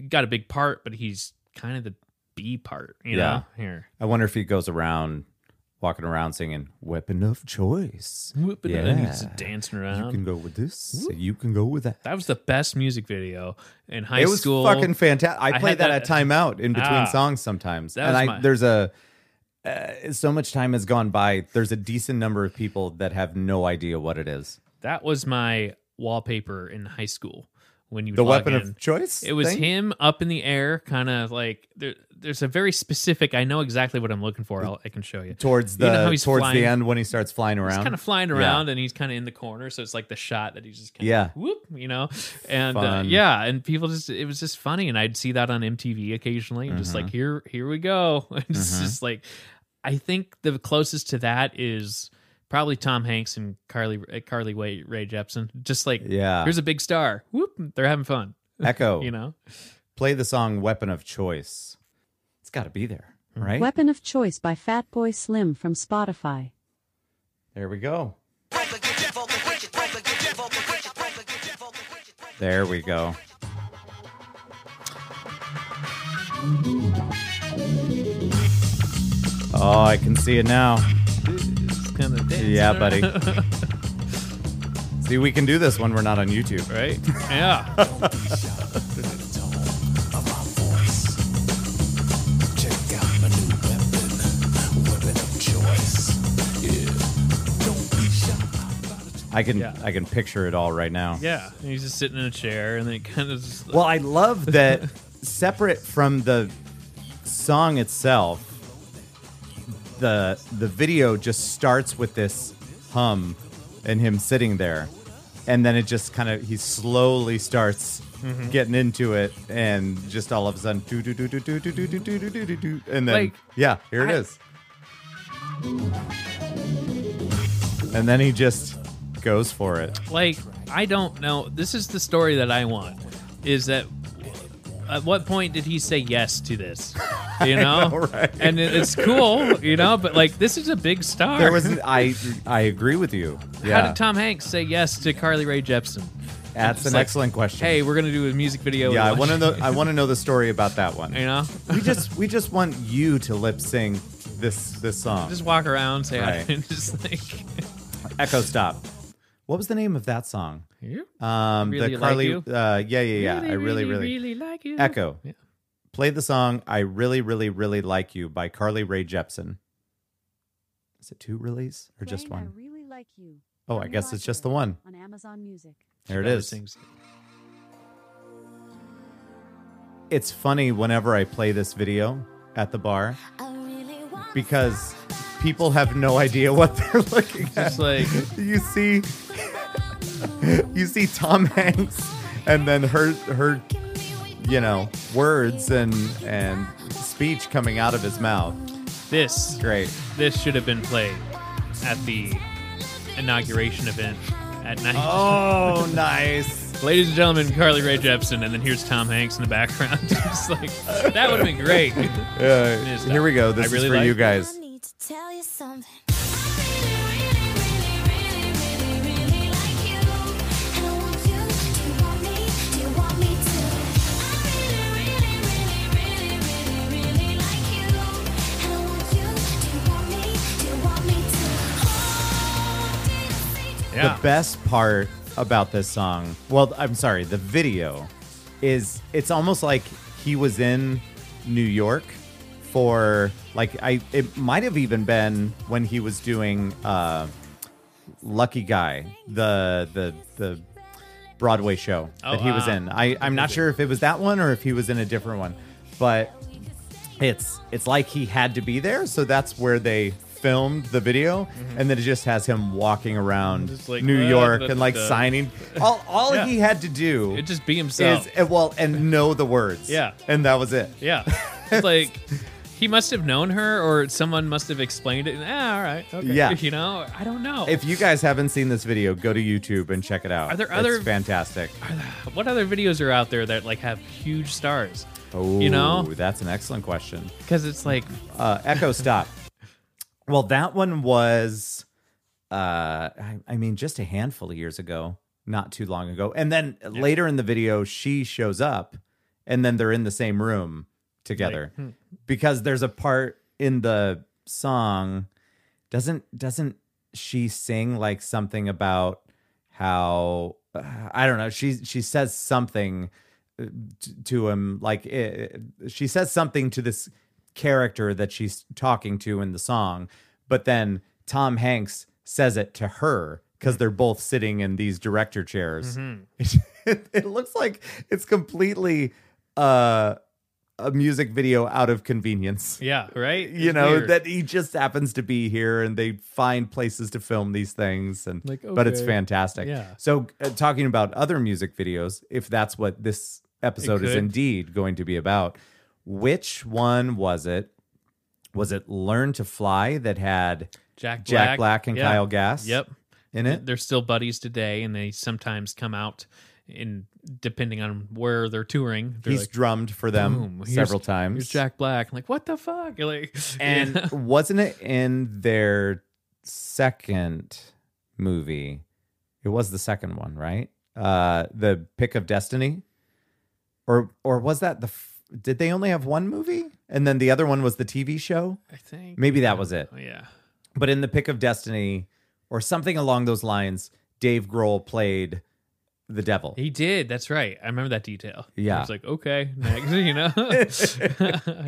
B: got a big part, but he's kind of the B part. You
A: Yeah.
B: know, here.
A: I wonder if he goes around walking around singing "Weapon of Choice."
B: Whoop, and
A: Yeah.
B: he's dancing
A: You can
B: around.
A: go with this. and You can go with that.
B: That was the best music video in high
A: it was
B: school.
A: fucking fantastic. I
B: had
A: played that,
B: that-
A: at timeout in between
B: Ah.
A: songs sometimes,
B: That
A: and
B: was
A: I
B: my-
A: there's a. Uh, so much time has gone by. There's a decent number of people that have no idea what it is.
B: that was my wallpaper in high school when you would
A: The
B: log
A: weapon
B: in.
A: of choice.
B: It was
A: thing?
B: him up in the air, kind of like there, there's a very specific. I know exactly what I'm looking for. I'll, I can show you.
A: towards the
B: You know how he's
A: towards
B: flying?
A: the end when he starts flying around.
B: He's kind of flying around, and he's kind of in the corner, so it's like the shot that he's just kind of
A: Yeah.
B: whoop, you know, and uh,
A: Fun.
B: yeah, and people just it was just funny, and I'd see that on MTV occasionally, and just
A: Mm-hmm.
B: like here here we go, [LAUGHS] and it's
A: Mhm.
B: just like I think the closest to that is probably Tom Hanks and Carly uh, Carly Way, Ray Jepsen, just like
A: yeah.
B: here's a big star, whoop, they're having fun,
A: Echo,
B: [LAUGHS] you know.
A: play the song "Weapon of Choice." It's got to be there,
B: Mm-hmm.
A: right?
C: Weapon of Choice by Fatboy Slim from Spotify.
A: There we go.
D: There
A: There we go. Oh, I can see it now.
B: It's kinda dancing
A: Yeah,
B: around.
A: buddy. See, we can do this when we're not on YouTube. [LAUGHS]
B: right? Yeah.
A: I can
B: Yeah.
A: I can picture it all right now.
B: Yeah. And he's just sitting in a chair and then it kind of just.
A: Well, I love that separate from the song itself, the the video just starts with this hum and him sitting there. And then it just kind of he slowly starts
B: Mm-hmm.
A: getting into it and just all of a sudden do do do do do do do do do do do do do and then
B: Like,
A: yeah, here it
B: I-
A: is. And then he just goes for it.
B: like, I don't know. This is the story that I want is that at what point did he say yes
A: [LAUGHS]
B: to this? You know?
A: know, right?
B: And it, it's cool, you know? But like, this is a big
A: [LAUGHS]
B: star. [LAUGHS]
A: There was I I agree with you. Yeah.
B: How did Tom Hanks say yes to Carly Rae Jepsen?
A: That's an
B: like,
A: excellent question.
B: Hey, we're gonna do a music video.
A: yeah, I want to
B: to
A: know. I want to know the story about that one.
B: You know,
A: we just we just want you to lip sync this this song.
B: just walk around, say hi,
A: Right.
B: [LAUGHS] and just like
A: Echo stop. What was the name of that song?
B: you
A: Um,
B: Really
A: the
B: Like
A: Carly.
B: You?
A: uh, yeah, yeah, yeah. I really, really,
B: like you.
A: Echo.
B: Yeah.
A: Play the song "I Really, Really, Really Like You" by Carly Rae Jepsen. Is it two release or just
C: Playing I
A: one?
C: Really Like You
A: Oh, I
C: from
A: guess
C: Roger
A: it's just the one.
C: On Amazon Music.
A: There it
B: Never
A: is.
B: sings.
A: It's funny whenever I play this video at the bar because people have no idea what [LAUGHS] they're looking at.
B: Just like
A: you see you see Tom Hanks and then her her you know words and and speech coming out of his mouth.
B: this.
A: Great.
B: This should have been played at the inauguration event at night.
A: Oh, nice.
B: Ladies and gentlemen, Carly Rae Jepsen, and then here's Tom Hanks in the background. [LAUGHS] Just like that would have been great.
A: Uh,
B: It is
A: here we go. This
B: I really
A: is for
B: like
A: you
B: it.
A: guys.
D: I need to tell you something.
B: Yeah.
A: The best part about this song, well, I'm sorry, the video is it's almost like he was in New York for like I it might have even been when he was doing uh Lucky Guy, the the the Broadway show that
B: Oh,
A: he was
B: ah.
A: in. I I'm not sure if it was that one or if he was in a different one, but it's it's like he had to be there, so that's where they filmed the video, and then it just has him walking around
B: Just Mm-hmm. like,
A: New
B: uh,
A: York
B: da,
A: and
B: da,
A: like
B: da. [LAUGHS]
A: signing. All all
B: Yeah.
A: he had to do
B: It just be himself.
A: is uh, well and know the words.
B: Yeah.
A: and that was it. [LAUGHS]
B: yeah. It's like he must have known her or someone must have explained it. Ah, all right. Okay.
A: Yeah.
B: [LAUGHS] You know, I don't know.
A: If you guys haven't seen this video, go to YouTube and check it out.
B: Are there
A: It's
B: other-
A: fantastic?
B: what other videos are out there that like have huge stars?
A: Oh,
B: You know?
A: that's an excellent question.
B: Because it's like
A: uh, Echo Stop. well, that one was, uh, I, I mean, just a handful of years ago, not too long ago. And then later in the video, she shows up, and then they're in the same room together because there's a part in the song doesn't doesn't she sing like something about how uh, I don't know she she says something uh, t- to him like it, she says something to this character that she's talking to in the song but then Tom Hanks says it to her cuz they're both sitting in these director chairs [LAUGHS] it, looks like it's completely uh a music video out of convenience
B: yeah, right?
A: you
B: It's
A: know
B: weird.
A: that he just happens to be here and they find places to film these things and
B: Like,
A: but it's
B: okay.
A: fantastic
B: Yeah.
A: so uh, talking about other music videos if that's what this episode is
B: could.
A: indeed going to be about which one was it was it learn to fly that had
B: Jack Black,
A: jack black and
B: Yeah.
A: kyle gass
B: Yep.
A: in it
B: They're still buddies today and they sometimes come out in depending on where they're touring. They're
A: he's
B: like,
A: drummed for them
B: boom, here's-
A: several times
B: Here's Jack Black. I'm like, what the fuck? [LAUGHS] You're like,
A: And
B: Yeah. [LAUGHS]
A: wasn't it in their second movie? It was the second one, right? Uh The Pick of Destiny? Or or was that the f- did they only have one movie? And then the other one was the TV show?
B: I think
A: Maybe that was it.
B: Oh, yeah.
A: But in The Pick of Destiny or something along those lines, Dave Grohl played the devil.
B: He did. That's right. I remember that detail.
A: Yeah.
B: I was like, okay, next, [LAUGHS] you know?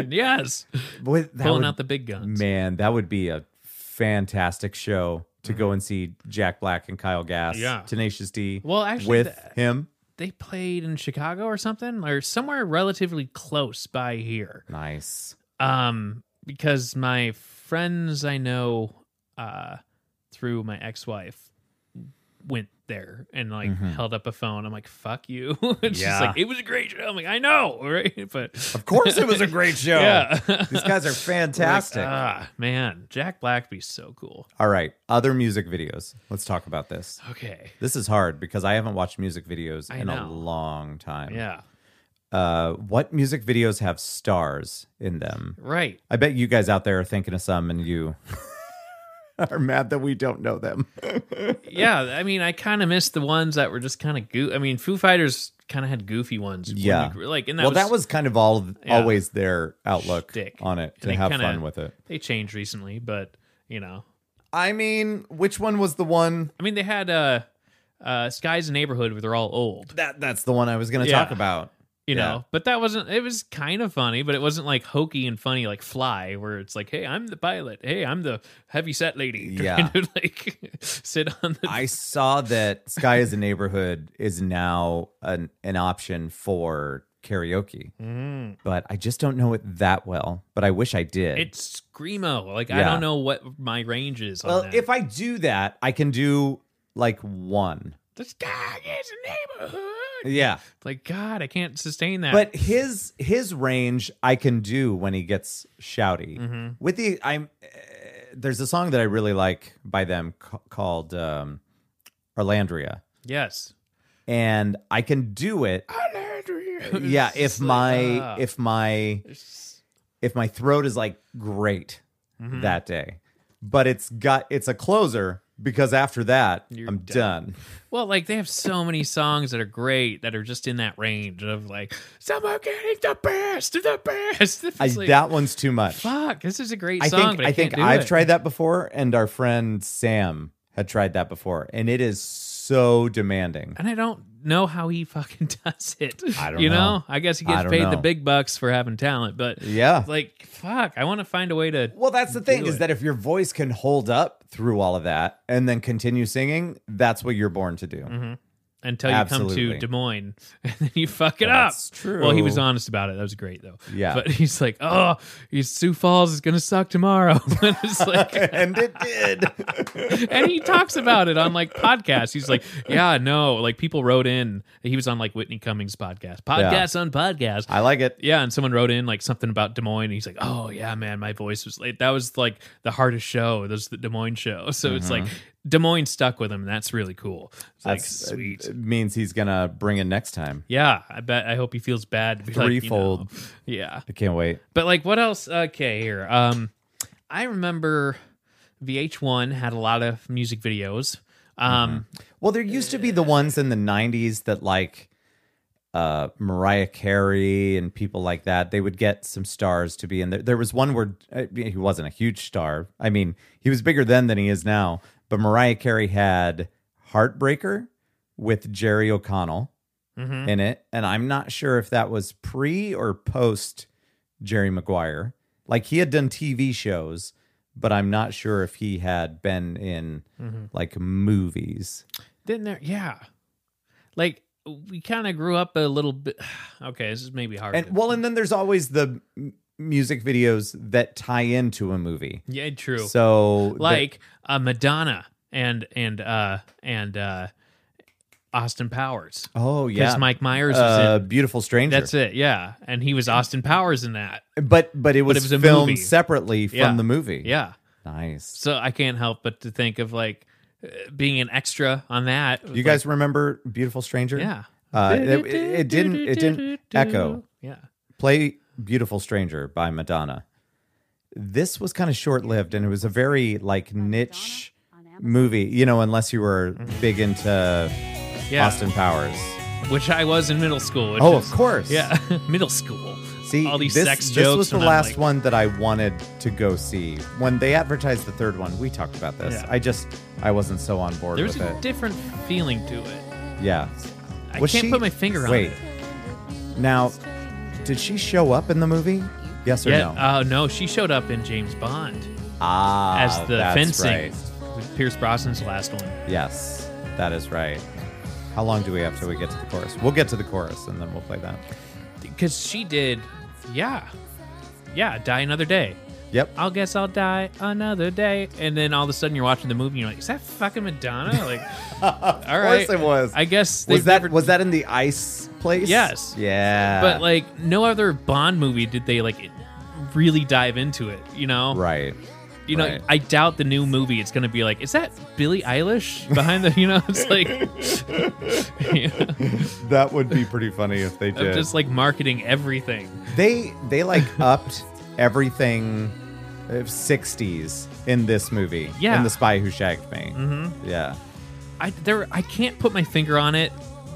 B: yes.
A: Boy, that
B: Pulling
A: would-
B: out the big guns.
A: Man, that would be a fantastic show to go and see Jack Black and Kyle Gass,
B: Mm-hmm. Yeah.
A: Tenacious D,
B: Well, actually,
A: with
B: the-
A: him.
B: They played in Chicago or something, or somewhere relatively close by here.
A: Nice.
B: Um, because my friends I know uh through my ex wife went there and like held up a phone. I'm like, fuck you. [LAUGHS] and she's
A: Mm-hmm. Yeah.
B: like, it was a great show. I'm like, I know, [LAUGHS] right? But
A: Of course, it was a
B: [LAUGHS]
A: great show.
B: yeah.
A: These guys
B: [LAUGHS]
A: are fantastic.
B: ah, man, Jack Black be so cool.
A: All right, other music videos. Let's talk about this.
B: Okay.
A: This is hard because I haven't watched music videos
B: I
A: in a
B: know.
A: long time.
B: Yeah.
A: Uh, what music videos have stars in them?
B: Right.
A: I bet you guys out there are thinking of some, and you [LAUGHS] are mad that we don't know
B: [LAUGHS]
A: them.
B: yeah, I mean, I kind of missed the ones that were just kind of goo. I mean, Foo Fighters kind of had goofy ones. when
A: Yeah.
B: we grew- like and that
A: well,
B: was,
A: that was kind of all
B: Yeah.
A: always their outlook
B: Shtick.
A: on it to
B: they
A: have
B: kinda-
A: fun with it.
B: they changed recently, but you know,
A: I mean, which one was the one
B: I mean, they had uh, uh, Skies and Neighborhood where they're all old,
A: that that's the one I was going to
B: Yeah.
A: talk about.
B: you
A: Yeah.
B: know. But that wasn't. It was kind of funny, but it wasn't like hokey and funny like Fly, where it's like, hey, I'm the pilot. Hey, I'm the heavy set lady. [LAUGHS]
A: Yeah.
B: trying to, like [LAUGHS] sit on [LAUGHS] the.
A: I saw that Sky is a Neighborhood is now an, an option for karaoke,
B: Mm.
A: but I just don't know it that well. But I wish I did.
B: [LAUGHS] It's screamo. Like I
A: Yeah.
B: don't know what my range is. on
A: well,
B: that.
A: if I do that, I can do like one.
B: the sky is a neighborhood.
A: Yeah.
B: Like God, I can't sustain that.
A: But his his range I can do when he gets shouty.
B: Mhm.
A: With the I'm uh, there's a song that I really like by them ca- called um Orlandria
B: yes,
A: and I can do it.
B: [LAUGHS]
A: Yeah, if
B: It's like,
A: my
B: ah.
A: if my
B: It's-
A: if my throat is like great
B: Mhm.
A: that day. But it's got it's a closer because after that
B: You're
A: I'm
B: done.
A: done.
B: Well, like they have so many songs that are great that are just in that range of like someone getting the best of the best. [LAUGHS] It's
A: I,
B: like,
A: that one's too much.
B: fuck, this is a great
A: I
B: song,
A: think
B: but I,
A: I, think
B: can't do
A: I've
B: it.
A: tried that before, and our friend Sam had tried that before, and it is so demanding.
B: and I don't know how he [LAUGHS] fucking does it.
A: I don't
B: you know.
A: know.
B: I guess he
A: I
B: gets
A: don't
B: paid the
A: know.
B: big bucks for having talent, but
A: Yeah.
B: like fuck, I want to find a way to.
A: Well, that's the thing
B: Do
A: is
B: it.
A: that if your voice can hold up through all of that and then continue singing, that's what you're born to do.
B: Mm-hmm. until you come
A: Absolutely.
B: to Des Moines [LAUGHS] and then you fuck it
A: That's
B: up.
A: true.
B: Well, he was honest about it. That was great though.
A: Yeah.
B: But [LAUGHS] he's like, oh, he's, Sioux Falls is gonna suck tomorrow. [LAUGHS] and it's
A: [LAUGHS]
B: like,
A: [LAUGHS] and it
B: [LAUGHS]
A: did.
B: and he talks about it on like podcasts. He's like, yeah, no, like people wrote in. He was on like Whitney Cummings podcast, podcasts on podcast.
A: I like it.
B: Yeah, and someone wrote in like something about Des Moines. And he's like, "Oh yeah, man, my voice was like that was like the hardest show. That was the Des Moines show." [LAUGHS] So it's like Des Moines stuck with him. and That's really cool. It's like
A: Mm-hmm. That's- uh,
B: sweet.
A: It means he's gonna bring it next time.
B: Yeah, I bet. I hope he feels bad. to be like, you
A: Threefold.
B: know. yeah,
A: I can't wait.
B: but like, what else? Okay, here. Um, I remember VH1 had a lot of music videos.
A: Mm-hmm.
B: Um,
A: Well, there used to be the ones in the '90s that like uh, Mariah Carey and people like that. They would get some stars to be in there. There was one where uh, he wasn't a huge star. I mean, he was bigger then than he is now. But Mariah Carey had "Heartbreaker" with Jerry O'Connell
B: mhm.
A: in it, and I'm not sure if that was pre or post Jerry Maguire. Like he had done TV shows, but I'm not sure if he had been in like movies.
B: Then there, yeah, like we kind of grew up a little bit. [SIGHS] Okay, this is maybe hard. to-
A: And well, and then there's always the m- music videos that tie into a movie.
B: yeah, true.
A: So the-
B: like uh, Madonna and and uh and uh Austin Powers
A: oh
B: because
A: yeah,
B: Mike Myers was
A: uh,
B: in.
A: beautiful stranger.
B: That's it. Yeah, and he was Austin Powers in that.
A: But but it was,
B: it was a
A: filmed
B: movie.
A: separately from
B: Yeah.
A: the movie.
B: Yeah.
A: nice.
B: So I can't help but to think of like uh, being an extra on that.
A: You guys remember beautiful stranger?
B: yeah.
A: Uh, it, it- it didn't. It didn't echo.
B: Yeah.
A: Play beautiful stranger by Madonna. This was kind of short lived, and it was a very like niche movie. You know, unless you were big into
B: Yeah.
A: Austin Powers.
B: Which I was in middle school. Which
A: Oh,
B: is-
A: of course.
B: Yeah. [LAUGHS] middle school.
A: See,
B: all these
A: this,
B: sex jokes.
A: this was the
B: and I'm
A: last
B: like,
A: one that I wanted to go see. When they advertised the third one, we talked about this.
B: Yeah.
A: I just, I wasn't so on board
B: There was
A: with
B: a
A: it.
B: different feeling to it.
A: yeah.
B: I can't put my finger on
A: wait.
B: it.
A: Now, did she show up in the movie? Yes or
B: Yeah.
A: no?
B: Oh no, she showed up in James Bond
A: ah,
B: as the
A: that's
B: fencing
A: right.
B: with Pierce Brosnan's last one.
A: Yes, that is right. How long do we have till we get to the chorus? We'll get to the chorus and then we'll play that.
B: Because she did, yeah, yeah, die another day.
A: Yep.
B: I'll guess I'll die another day. And then all of a sudden you're watching the movie and you're like, is that
A: [LAUGHS]
B: fucking Madonna? Like, all right.
A: course it was.
B: I
A: was
B: guess they've
A: that
B: never-
A: was that in the ice place?
B: Yes.
A: Yeah.
B: But like, no other Bond movie did they like really dive into it. You know,
A: right.
B: you know,
A: right.
B: I doubt the new movie. It's gonna be like, is that Billie Eilish behind the? You know, it's like, [LAUGHS] yeah.
A: That would be pretty funny if they
B: I'm just like marketing everything. [LAUGHS]
A: they they like upped everything uh, 60s in this movie.
B: Yeah.
A: in The Spy Who Shagged Me. Mm-hmm. Yeah,
B: I there I can't put my finger on it,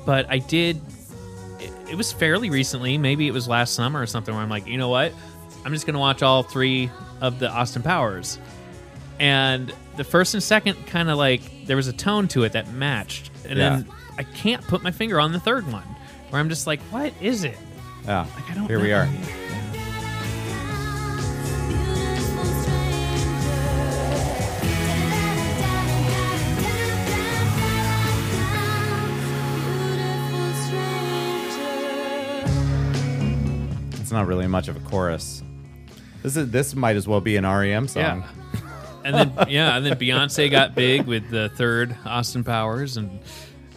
B: but I did. It, it was fairly recently, maybe it was last summer or something, where I'm like, you know what, I'm just gonna watch all three of the Austin Powers, and the first and second kind of like there was a tone to it that matched, and then I can't put my finger on the third one, where I'm just like, what is it?
A: yeah.
B: Like I don't.
A: Here we
B: know.
A: are. It's not really much of a chorus. This is this might as well be an REM song.
B: Yeah. and then yeah, and then Beyonce got big with the third Austin Powers, and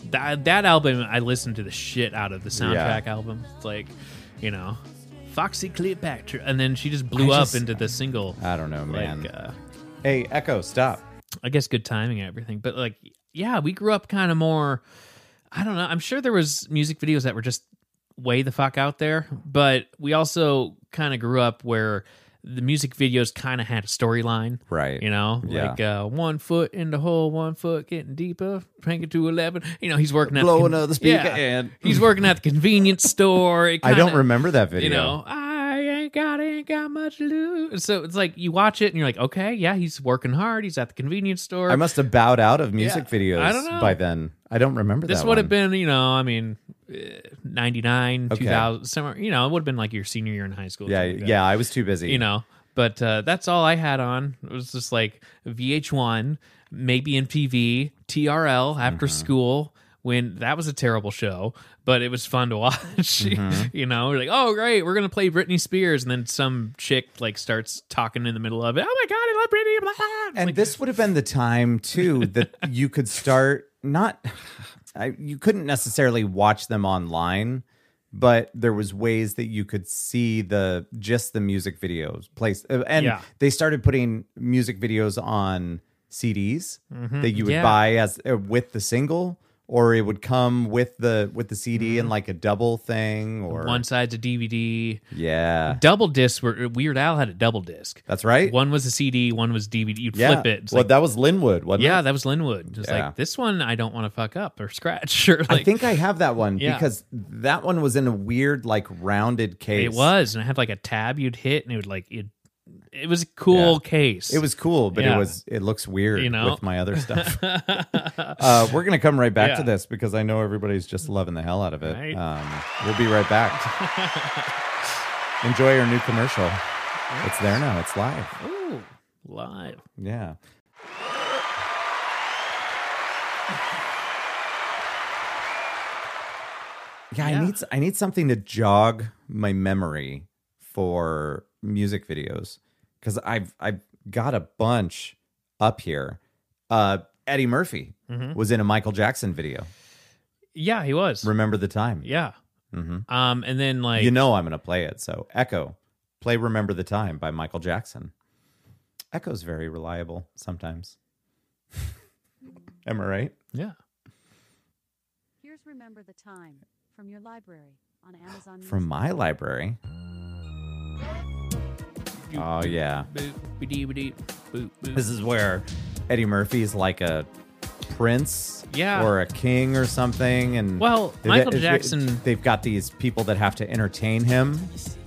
B: that that album I listened to the shit out of the soundtrack album. It's like, you know, Foxy Cleopatra, and then she just blew
A: I
B: up
A: just-
B: into the single.
A: I don't know, man.
B: like, uh,
A: hey, Echo, stop.
B: I guess good timing and everything, but like, yeah, we grew up kind of more. I don't know. I'm sure there was music videos that were just way the fuck out there, but we also kind of grew up where the music videos kind of had a storyline.
A: Right.
B: You know,
A: Yeah.
B: like uh, one foot in the hole, one foot getting deeper, crank it to 11. You know, he's working at
A: Blowing
B: the
A: out the speaker
B: Yeah.
A: and-
B: he's working at the convenience store. It
A: I don't
B: kinda-
A: remember that video.
B: You know, I ain't got, ain't got much loot. So it's like you watch it and you're like, okay, yeah, he's working hard. He's at the convenience store.
A: I must have bowed out of music
B: Yeah.
A: videos
B: I don't know.
A: by then. I don't remember
B: this
A: that.
B: would have
A: one.
B: been, you know, I mean, eh, 99,
A: Okay.
B: 2000, somewhere, you know, it would have been like your senior year in high school.
A: Yeah,
B: something like that.
A: yeah. I was too busy.
B: you know. But uh, that's all I had on. It was just like VH1, maybe MTV, TRL after
A: Mm-hmm.
B: school. When that was a terrible show, but it was fun to [LAUGHS] watch.
A: Mm-hmm.
B: you know, We're like, oh great, we're gonna play Britney Spears, and then some chick like starts talking in the middle of it. Oh my god, I love Britney. Blah, blah, blah. It's
A: and
B: like,
A: this would have been the time
B: [LAUGHS]
A: too that you could start not I, you couldn't necessarily watch them online but there was ways that you could see the just the music videos placed uh, and
B: Yeah.
A: they started putting music videos on CDs that you would
B: Mm-hmm. Yeah.
A: buy as uh, with the single or it would come with the with the CD in like a double thing or
B: Mm-hmm. one side's a DVD,
A: yeah
B: double disc. Were, Weird Al had a double disc.
A: that's right
B: One was a CD, one was DVD. You'd
A: yeah
B: flip it. It's
A: well
B: like,
A: that was Linwood wasn't it?
B: yeah, that was Linwood. Just
A: Yeah.
B: like this one, I don't want to fuck up or scratch. [LAUGHS] Or like,
A: I think I have that one
B: Yeah.
A: because that one was in a weird, like rounded case.
B: It was, and I had like a tab you'd hit, and it would like it. It was a cool case.
A: It was cool, but it
B: Yeah.
A: was it looks weird
B: You know?
A: with my other
B: [LAUGHS]
A: stuff. uh, we're gonna come right back to
B: Yeah.
A: this because I know everybody's just loving the hell out of it.
B: Right.
A: Um, we'll be right
B: [LAUGHS]
A: back. Enjoy our new commercial. It's there now. It's live.
B: Ooh, live.
A: Yeah. Yeah,
B: Yeah.
A: I need s- I need something to jog my memory for music videos because I've I've got a bunch up here. Uh, Eddie Murphy
B: Mm-hmm.
A: was in a Michael Jackson video.
B: Yeah, he was.
A: Remember the time?
B: yeah.
A: hmm
B: Um, and then like
A: You know I'm gonna play it. So Echo, play "Remember the Time" by Michael Jackson. Echo's very reliable sometimes. [LAUGHS] Am I right?
B: yeah.
C: Here's Remember the Time from your library on Amazon.
A: From my library. Oh yeah,
B: Boop, boop, boop, boop, boop.
A: this is where Eddie Murphy's like a prince,
B: Yeah.
A: or a king or something, and
B: Well,
A: they-
B: Michael
A: they-
B: Jackson-
A: They've got these people that have to entertain him,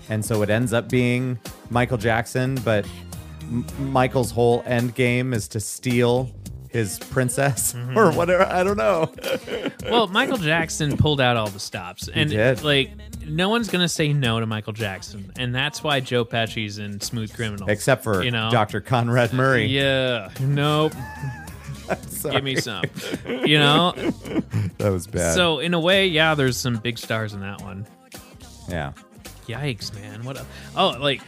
A: and so it ends up being Michael Jackson, but M- Michael's whole end game is to steal his princess [LAUGHS] or
B: Mm-hmm.
A: whatever. I don't
B: [LAUGHS]
A: know.
B: well, Michael Jackson pulled out all the stops, and
A: did.
B: like no one's gonna say no to Michael Jackson, and that's why Joe Pesci's in Smooth Criminal,
A: Except for
B: you know
A: Dr. Conrad Murray. [LAUGHS]
B: Yeah, nope.
A: Sorry.
B: Give
A: [LAUGHS]
B: me some. You know,
A: That was bad.
B: So in a way, yeah, there's some big stars in that one.
A: yeah.
B: Yikes, man! What? A, oh, like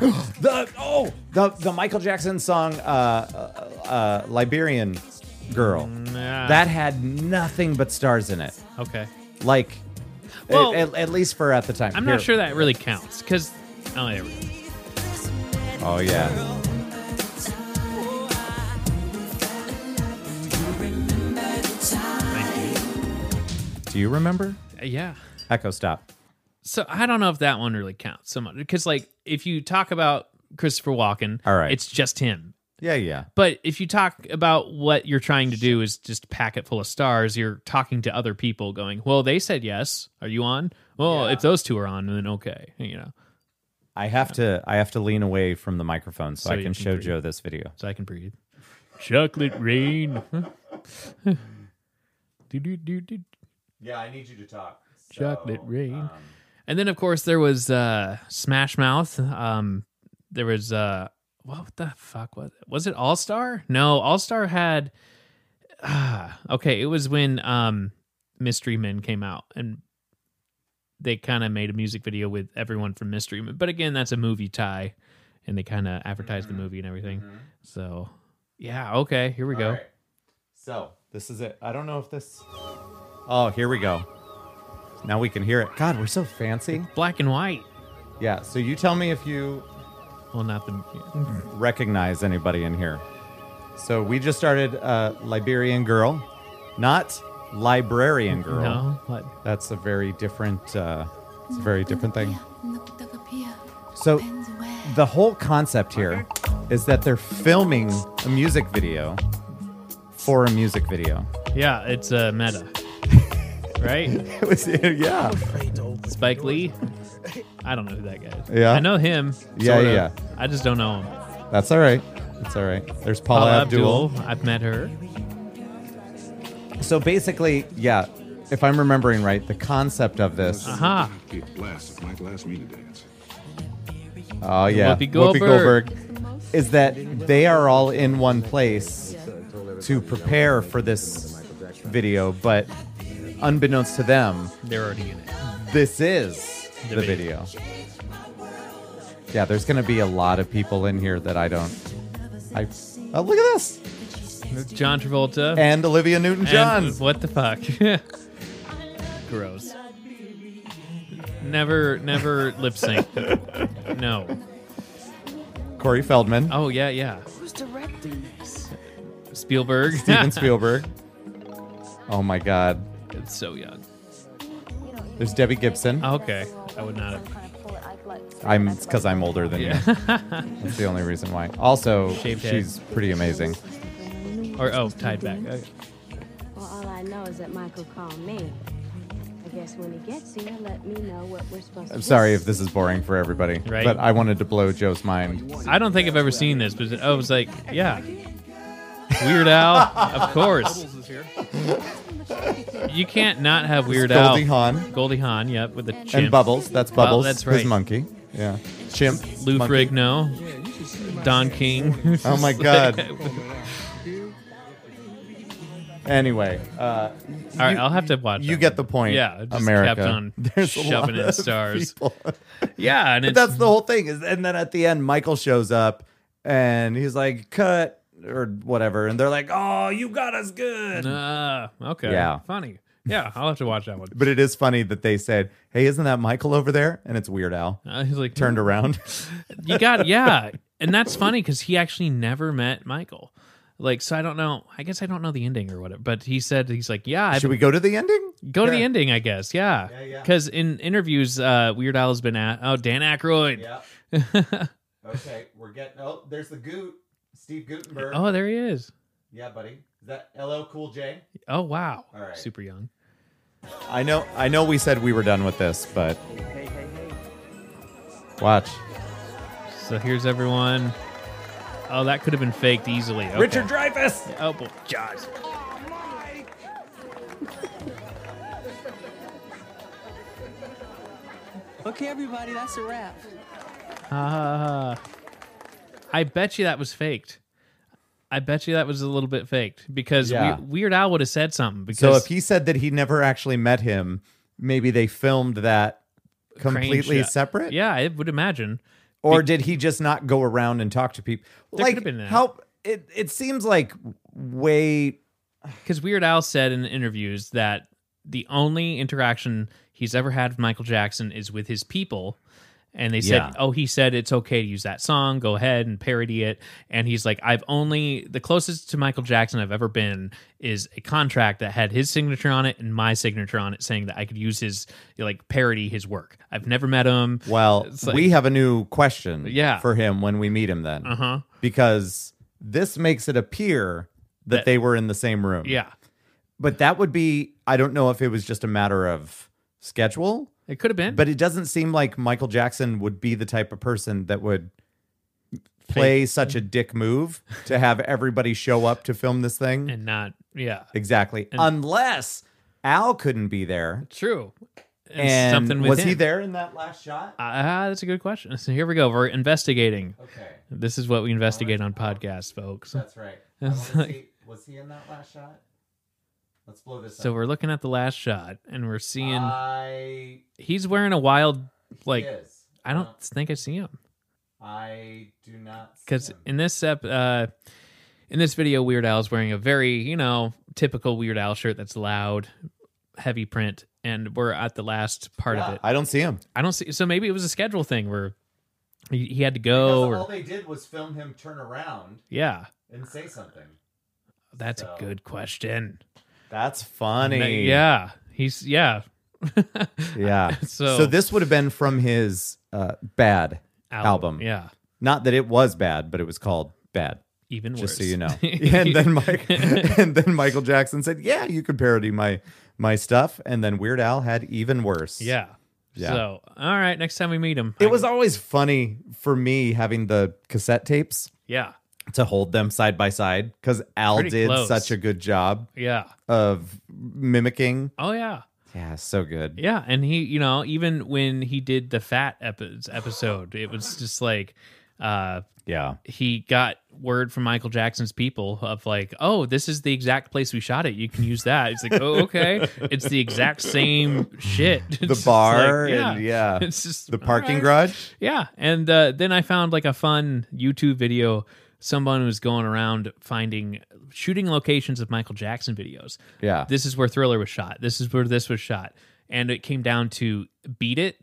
A: The oh the the Michael Jackson song uh, uh, uh, Liberian Girl
B: nah.
A: that had nothing but stars in it.
B: Okay,
A: Like
B: Well-
A: at, at- at least for at the time.
B: I'm
A: Here.
B: not sure that really counts because oh, there we go.
A: Oh yeah.
B: Thank you.
A: Do you remember?
B: Uh, Yeah.
A: Echo stop.
B: So I don't know if that one really counts so much because like if you talk about Christopher Walken,
A: All right.
B: it's just him.
A: Yeah, yeah.
B: But if you talk about what you're trying to do is just pack it full of stars, you're talking to other people going, well, they said yes. Are you on? Well,
A: Yeah.
B: if those two are on, then okay. You know,
A: I have to I have to lean away from the microphone so,
B: So
A: I
B: you
A: can
B: can
A: show
B: breathe.
A: Joe this video.
B: so I can breathe. Chocolate rain. [LAUGHS] Do-do-do-do.
A: Yeah, I need you to talk. um,
B: Chocolate rain. And then of course there was uh Smash Mouth. Um there was uh what the fuck was it? Was it All Star? No, All Star had ah, okay, it was when um Mystery Men came out and they kind of made a music video with everyone from Mystery Men. But again, that's a movie tie and they kind of advertised the movie and everything. So, yeah, okay, here we go.
A: So this is it. I don't know if this. Oh, here we go. Now we can hear it. God, we're so fancy.
B: Black and white.
A: Yeah. So you tell me if you
B: Well, not the
A: recognize anybody in here. So we just started uh, Liberian Girl, not Librarian Girl.
B: No, what?
A: That's a very different. Uh, it's a very different thing. So
D: So,
A: the whole concept here is that they're filming a music video for a music video. [LAUGHS]
B: Yeah, it's uh, meta. right?
A: It was yeah.
B: Spike Lee. I don't know who that guy is.
A: Yeah.
B: I know him.
A: Yeah,
B: sorta.
A: yeah.
B: I just don't know him.
A: That's all right. That's all right. There's Paula,
B: Paula
A: Abdul.
B: Abdul. I've met her.
A: So basically, yeah, if I'm remembering right, the concept of this.
B: Aha.
E: Be a blast if Michael asked me to dance.
A: Oh yeah,
B: Whoopi Goldberg.
A: is that they are all in one place to prepare for this video, but unbeknownst to them,
B: They're already in it.
A: this is
B: The
A: the,
B: video.
A: video. Yeah, there's going to be a lot of people in here that I don't. I oh, look at this
B: John Travolta.
A: and Olivia Newton-John.
B: And what the fuck? [LAUGHS] Gross. Never, never lip sync. No.
A: Corey Feldman,
B: Oh yeah, yeah.
F: Who's directing this?
B: Spielberg. [LAUGHS]
A: Steven Spielberg. Oh my God.
B: it's so young.
A: There's Debbie Gibson.
B: Okay, I would not have.
A: I'm because I'm older than you. That's the only reason why. Also,
B: Shaved head.
A: she's pretty amazing.
B: [LAUGHS] Or oh, tied back. Okay.
G: Well, all I know is that Michael called me. I guess when he gets here, let me know what we're supposed to
A: I'm
G: do.
A: sorry if this is boring for everybody,
B: Right.
A: but I wanted to blow Joe's mind.
B: I don't think I've ever seen this, but I was like, yeah. Weird Al, of course. You can't not have Weird Al.
A: Goldie Hawn.
B: Goldie Hawn, yep, with the chimp.
A: And Bubbles, that's
B: Bub-
A: Bubbles.
B: that's
A: His
B: right.
A: monkey. Yeah. Chimp.
B: Lou
A: monkey.
B: Ferrigno, Don
A: [LAUGHS]
B: King.
A: Oh my
B: [LAUGHS]
A: god. anyway, uh,
B: All right, I'll have to watch.
A: you
B: that.
A: get the point.
B: Yeah, it just
A: America.
B: kept on
A: [LAUGHS] There's a
B: shoving
A: lot
B: in
A: of
B: stars.
A: people.
B: Yeah, and
A: But
B: it's
A: that's the whole thing. Is and then at the end, Michael shows up and he's like, "Cut." Or whatever, and they're like, "Oh, you got us good."
B: uh, okay.
A: Yeah.
B: funny. Yeah, I'll have to
A: [LAUGHS]
B: watch that one.
A: But it is funny that they said, "Hey, isn't that Michael over there?" And it's Weird Al
B: Uh, he's like
A: turned
B: [LAUGHS]
A: around.
B: You got yeah, and that's funny because he actually never met Michael. Like, so I don't know. I guess I don't know the ending or whatever. But he said he's like, yeah, I've
A: Should we go to the ending?
B: Go to the
A: Yeah.
B: ending, I guess. Yeah,
A: Yeah, yeah.
B: because in interviews, uh, Weird Al has been at. Oh, Dan Aykroyd.
A: okay, we're getting. Oh, there's the Goot, Steve Gutenberg.
B: [LAUGHS] oh, there he is.
A: Yeah, buddy. Is that LL Cool J?
B: Oh, wow.
A: All right.
B: Super young.
A: I know. I know. We said we were done with this, but watch.
B: So here's everyone. Oh, that could have been faked easily. Okay.
A: Richard Dreyfus.
B: Oh, boy. Jaws.
F: Okay, everybody, that's a wrap.
B: Ah. I bet you that was faked. I bet you that was a little bit faked because
A: Yeah.
B: we, Weird Al would have said something. Because
A: So if he said that he never actually met him, maybe they filmed that
B: crane
A: completely
B: shot-
A: separate.
B: yeah, I would imagine.
A: Or did he just not go around and talk to people?
B: There
A: like
B: could've been that.
A: how it it seems like way
B: because Weird Al said in interviews that the only interaction he's ever had with Michael Jackson is with his people. And they said,
A: Yeah.
B: "Oh, he said it's okay to use that song. Go ahead and parody it." And he's like, "I've only the closest to Michael Jackson I've ever been is a contract that had his signature on it and my signature on it, saying that I could use his like parody his work. I've never met him.
A: well.
B: It's like-
A: we have a new question
B: Yeah.
A: for him when we meet him then.
B: Uh huh.
A: Because This makes it appear that
B: That-
A: they were in the same room.
B: Yeah.
A: But that would be, I don't know if it was just a matter of schedule,
B: It could have been.
A: but it doesn't seem like Michael Jackson would be the type of person that would play such a dick move to have everybody show up to film this thing.
B: and not yeah.
A: exactly. Unless Al couldn't be there.
B: True. And,
A: And
B: something with
A: was he
B: him.
A: there in that last shot?
B: Ah, that's a good question. So here we go. We're investigating.
A: Okay.
B: This is what we investigate on podcasts, folks.
A: That's
B: [LAUGHS]
A: right. I wanna see- was he in that last shot? Let's blow this
B: So we're looking at the last shot and we're seeing
A: I
B: he's wearing a wild like
A: is.
B: I don't think I see him
A: I do not see
B: because
A: him.
B: in this ep, uh, in this video, Weird Al is wearing a very you know typical Weird Al shirt that's loud, heavy print, and we're at the last part of it.
A: I don't see him.
B: I don't see. So maybe it was a schedule thing where he, he had to go or
A: all they did was film him turn around
B: yeah.
A: and say something.
B: That's
A: So-
B: a good question.
A: That's funny.
B: Yeah, he's yeah.
A: [LAUGHS]
B: [LAUGHS]
A: Yeah.
B: So-
A: so this would have been from his uh, bad album.
B: Yeah.
A: Not that it was bad, but it was called Bad.
B: Even worse.
A: Just so you know. [LAUGHS]
B: [LAUGHS]
A: and then Mike and then Michael Jackson said, "Yeah, you can parody my my stuff." And then Weird Al had even worse.
B: yeah.
A: Yeah.
B: So, all right, next time we meet him.
A: It was always funny for me having the cassette tapes
B: yeah.
A: to hold them side by side because Al
B: Pretty
A: did
B: close.
A: such a good job
B: Yeah.
A: of mimicking.
B: Oh yeah.
A: Yeah, so good.
B: Yeah, and he, you know, even when he did the fat epi- episode, it was just like uh
A: Yeah.
B: he got word from Michael Jackson's people of like, "Oh, this is the exact place we shot it. You can use that." It's like, "Oh,
A: [LAUGHS]
B: okay. It's the exact same shit." [LAUGHS] It's
A: The
B: just
A: bar
B: like,
A: and yeah.
B: It's just
A: the
B: all
A: parking
B: right.
A: garage.
B: Yeah, and uh, then I found like a fun YouTube video. Someone was going around finding shooting locations of Michael Jackson videos.
A: Yeah.
B: This is where Thriller was shot. This is where this was shot, and it came down to Beat It.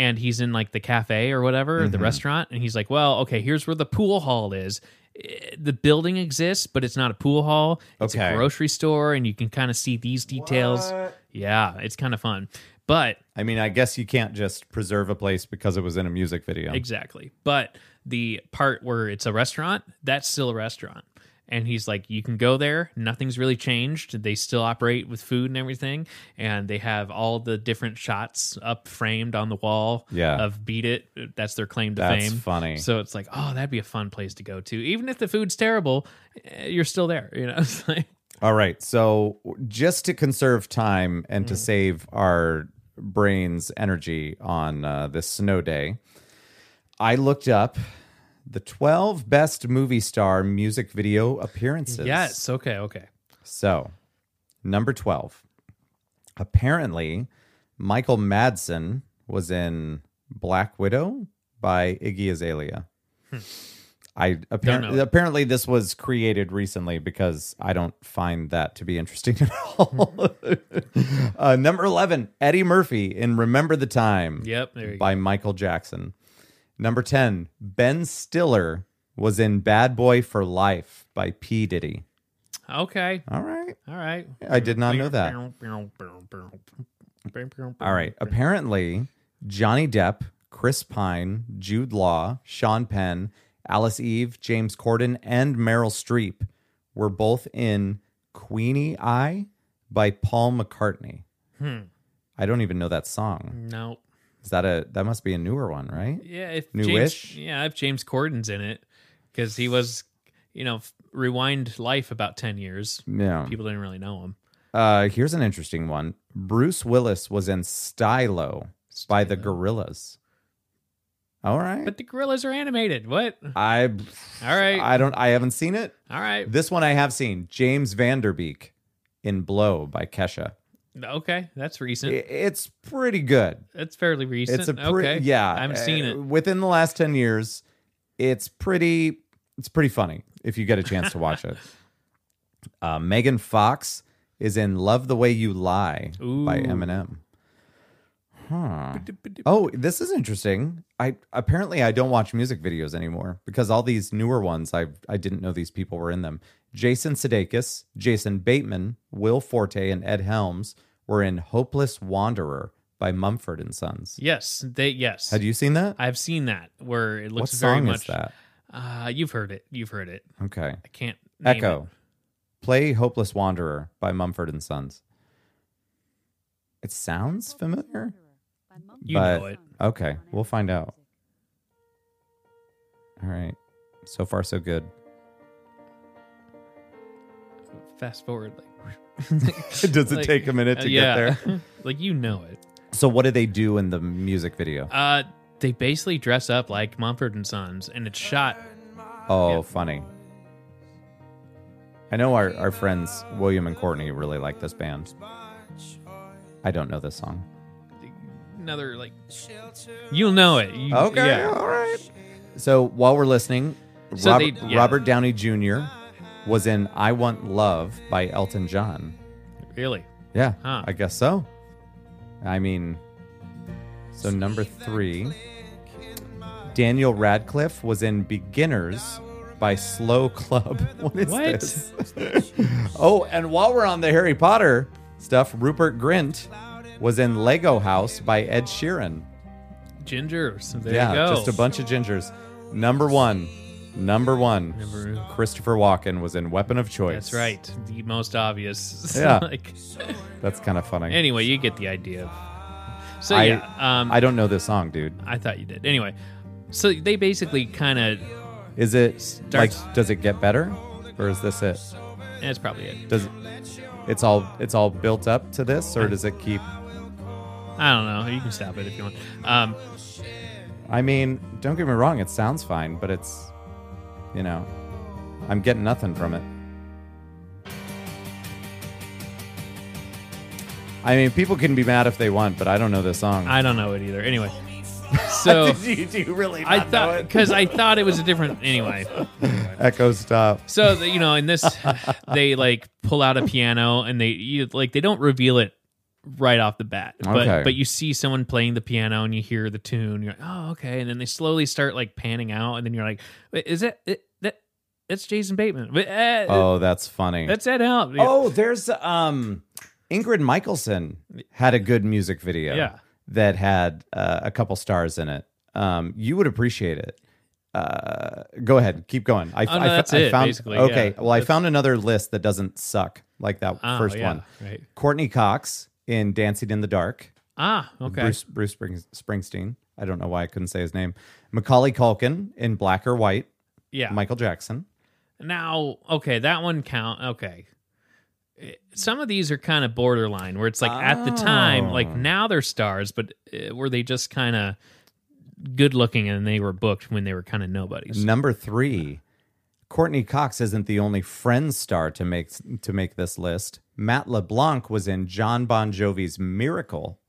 B: And he's in like the cafe or whatever,
A: Mm-hmm.
B: the restaurant, and he's like, "Well, okay, here's where the pool hall is. Eh, The building exists, but it's not a pool hall. It's
A: Okay.
B: a grocery store, and you can kind of see these details. Yeah, it's kind of fun, but."
A: I mean, I guess you can't just preserve a place because it was in a music video.
B: Exactly. But the part where it's a restaurant, that's still a restaurant. And he's like, you can go there. Nothing's really changed. They still operate with food and everything. And they have all the different shots up framed on the wall
A: Yeah.
B: of Beat It. That's their claim to
A: That's
B: fame.
A: funny.
B: So it's like, oh, that'd be a fun place to go to. Even if the food's terrible, eh, you're still there. [LAUGHS] You know, it's like,
A: All right. So, just to conserve time and to save our brains energy on uh, this snow day, I looked up the 12 best movie star music video appearances.
B: yes. Okay. Okay.
A: So, number 12. Apparently, Michael Madsen was in Black Widow by Iggy Azalea. I
B: Hmm. Don't
A: apparently
B: know.
A: apparently this was created recently because I don't find that to be interesting [LAUGHS] at all.
B: Hmm.
A: [LAUGHS] uh, number 11, Eddie Murphy in Remember the Time
B: Yep. There you go.
A: by Michael Jackson. Number 10, Ben Stiller was in Bad Boy for Life by P Diddy.
B: Okay.
A: All right.
B: All right.
A: I did not know that. All right. Apparently, Johnny Depp, Chris Pine, Jude Law, Sean Penn, Alice Eve, James Corden, and Meryl Streep were both in Queenie Eye by Paul McCartney. Hmm. I don't even know that song.
B: Nope.
A: Is that a that must be a newer one, right?
B: Yeah, if
A: New
B: James,
A: Wish?
B: Yeah, if James Corden's in it, because he was, you know, f- rewind life about ten years.
A: Yeah.
B: People didn't really know him.
A: Uh here's an interesting one. Bruce Willis was in Stylo, by the Gorillas. All right.
B: But the gorillas are animated. What?
A: I all
B: right.
A: I don't I haven't seen it.
B: All right.
A: This one I have seen, James Vanderbeek in Blow by Kesha.
B: Okay, that's
A: I-
B: recent.
A: It's pretty good.
B: that's fairly recent.
A: It's a pretty
B: okay.
A: yeah.
B: I haven't seen
A: uh,
B: it.
A: Within the last 10 years, it's pretty it's pretty funny if you get a chance to
B: [LAUGHS]
A: watch it. Uh, Megan Fox is in Love the Way You Lie by
B: Ooh.
A: Eminem. Huh. Oh, this is interesting. I apparently I don't watch music videos anymore because all these newer ones I I didn't know these people were in them. Jason Sudeikis, Jason Bateman, Will Forte, and Ed Helms were in "Hopeless Wanderer" by Mumford and Sons.
B: Yes, they yes.
A: Had you seen that?
B: I've seen that where it
A: what
B: looks very
A: song
B: much.
A: is that?
B: Uh, you've heard it. You've heard it.
A: Okay.
B: I can't name it.
A: Echo. Play Hopeless Wanderer by Mumford and Sons. It sounds familiar.
B: You
A: but-
B: know it.
A: Okay, we'll find out. All right. So far, so good. [LAUGHS]
B: Fast forward, like
A: Does it
B: Like,
A: take a minute
B: uh,
A: to
B: yeah. [LAUGHS]
A: get there?
B: like you know it.
A: So, what do they do in the music video?
B: Uh, they basically dress up like Mumford and Sons, and it's shot.
A: Oh,
B: yeah.
A: funny. I know our, our friends William and Courtney really like this band. I don't know this song.
B: Another like, you'll know it. You-
A: Okay,
B: yeah.
A: all right. So while we're listening,
B: So
A: Robert,
B: they- yeah.
A: Robert Downey Jr. was in "I Want Love" by Elton John.
B: Really?
A: Yeah,
B: Huh.
A: I guess so. I mean, so number three, Daniel Radcliffe was in Beginners by Slow Club. [LAUGHS] What is
B: What?
A: this? [LAUGHS] oh, and while we're on the Harry Potter stuff, Rupert Grint was in Lego House by Ed Sheeran.
B: Ginger. So there
A: yeah,
B: you go.
A: just a bunch of gingers. Number one, number one,
B: Number one.
A: Christopher Walken was in Weapon of Choice.
B: That's right. The most obvious. [LAUGHS]
A: Yeah.
B: like,
A: That's kind of funny.
B: anyway, you get the idea. of- So
A: I-
B: yeah. Um,
A: I don't know this song, dude.
B: I thought you did. Anyway, so they basically kind of.
A: Is it
B: Starts-
A: like does it get better, or is this it?
B: That's probably it.
A: Does it's all it's all built up to this, or does it keep?
B: I don't know. You can stop it if you want. Um,
A: I mean, don't get me wrong, it sounds fine, but it's you know, I'm getting nothing from it. I mean, people can be mad if they want, but I don't know this song.
B: I don't know it either.
A: [LAUGHS]
B: Anyway, so [LAUGHS]
A: you, do you really?
B: I
A: not know
B: thought
A: it?
B: because I thought it was a different. Anyway,
A: [LAUGHS] Echo stop.
B: so the- you know,
A: [LAUGHS]
B: in this, they like pull out a piano and they you, like they don't reveal it right off the bat, but
A: Okay.
B: but you see someone playing the piano and you hear the tune. You're like, oh okay, and then they slowly start like panning out, and then you're like, "Wait, is that it, that that's Jason Bateman? Wait, eh,
A: Oh, that's funny.
B: that's Ed Helms.
A: Oh, there's um Ingrid Michaelson had a good music video.
B: Yeah.
A: That had uh, a couple stars in it. Um, you would appreciate it. Uh, go ahead, keep going. I,
B: Oh, no,
A: I,
B: that's
A: I
B: it,
A: found
B: basically,
A: okay.
B: yeah.
A: Well, I
B: That's-
A: found another list that doesn't suck like that
B: Ah,
A: first
B: yeah,
A: one.
B: right.
A: Courtney Cox in Dancing in the Dark.
B: Ah, okay.
A: Bruce Bruce Spring, Springsteen. I don't know why I couldn't say his name. Macaulay Culkin in Black or White.
B: yeah.
A: Michael Jackson.
B: Now, okay, that one count. Okay. It- Some of these are kind of borderline where it's like at the time,
A: Oh.
B: like now they're stars, but uh, were they just kind of good looking and they were booked when they were kind of nobodies?
A: Number three, Courtney Cox isn't the only Friends star to make to make this list. Matt LeBlanc was in John Bon Jovi's "Miracle"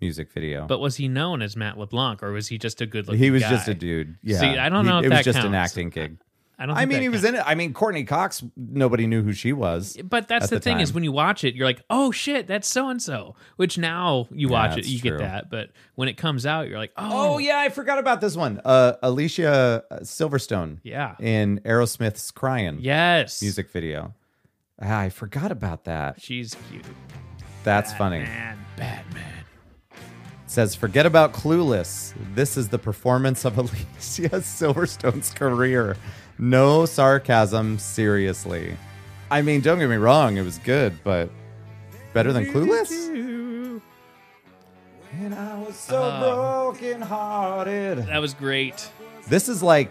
A: music video,
B: But was he known as Matt LeBlanc or was he just a good looking
A: he was
B: guy?
A: just a dude. Yeah,
B: See, I don't
A: He-
B: know if
A: it was
B: that
A: just an
B: counts.
A: acting gig.
B: I don't
A: I,
B: think
A: mean,
B: that
A: he was
B: counts.
A: in it. I mean, Courtney Cox. Nobody knew who she was.
B: But that's
A: at
B: the,
A: the
B: thing is
A: time.
B: when you watch it, you're like, oh shit, that's so and so. Which now you watch it,
A: that's
B: you
A: true.
B: get that. But when it comes out, you're like, oh,
A: Oh yeah, I forgot about this one. Uh, Alicia uh, Silverstone.
B: Yeah.
A: in Aerosmith's "Crying"
B: yes.
A: music video. Ah, I forgot about that.
B: She's cute.
A: That's funny.
B: Ah, Man, Batman.
A: says, "Forget about Clueless. This is the performance of [LAUGHS] Alicia Silverstone's career. No sarcasm, seriously. I mean, don't get me wrong, it was good, but better than Clueless." Uh-huh. And I was so broken hearted.
B: That was great.
A: This is like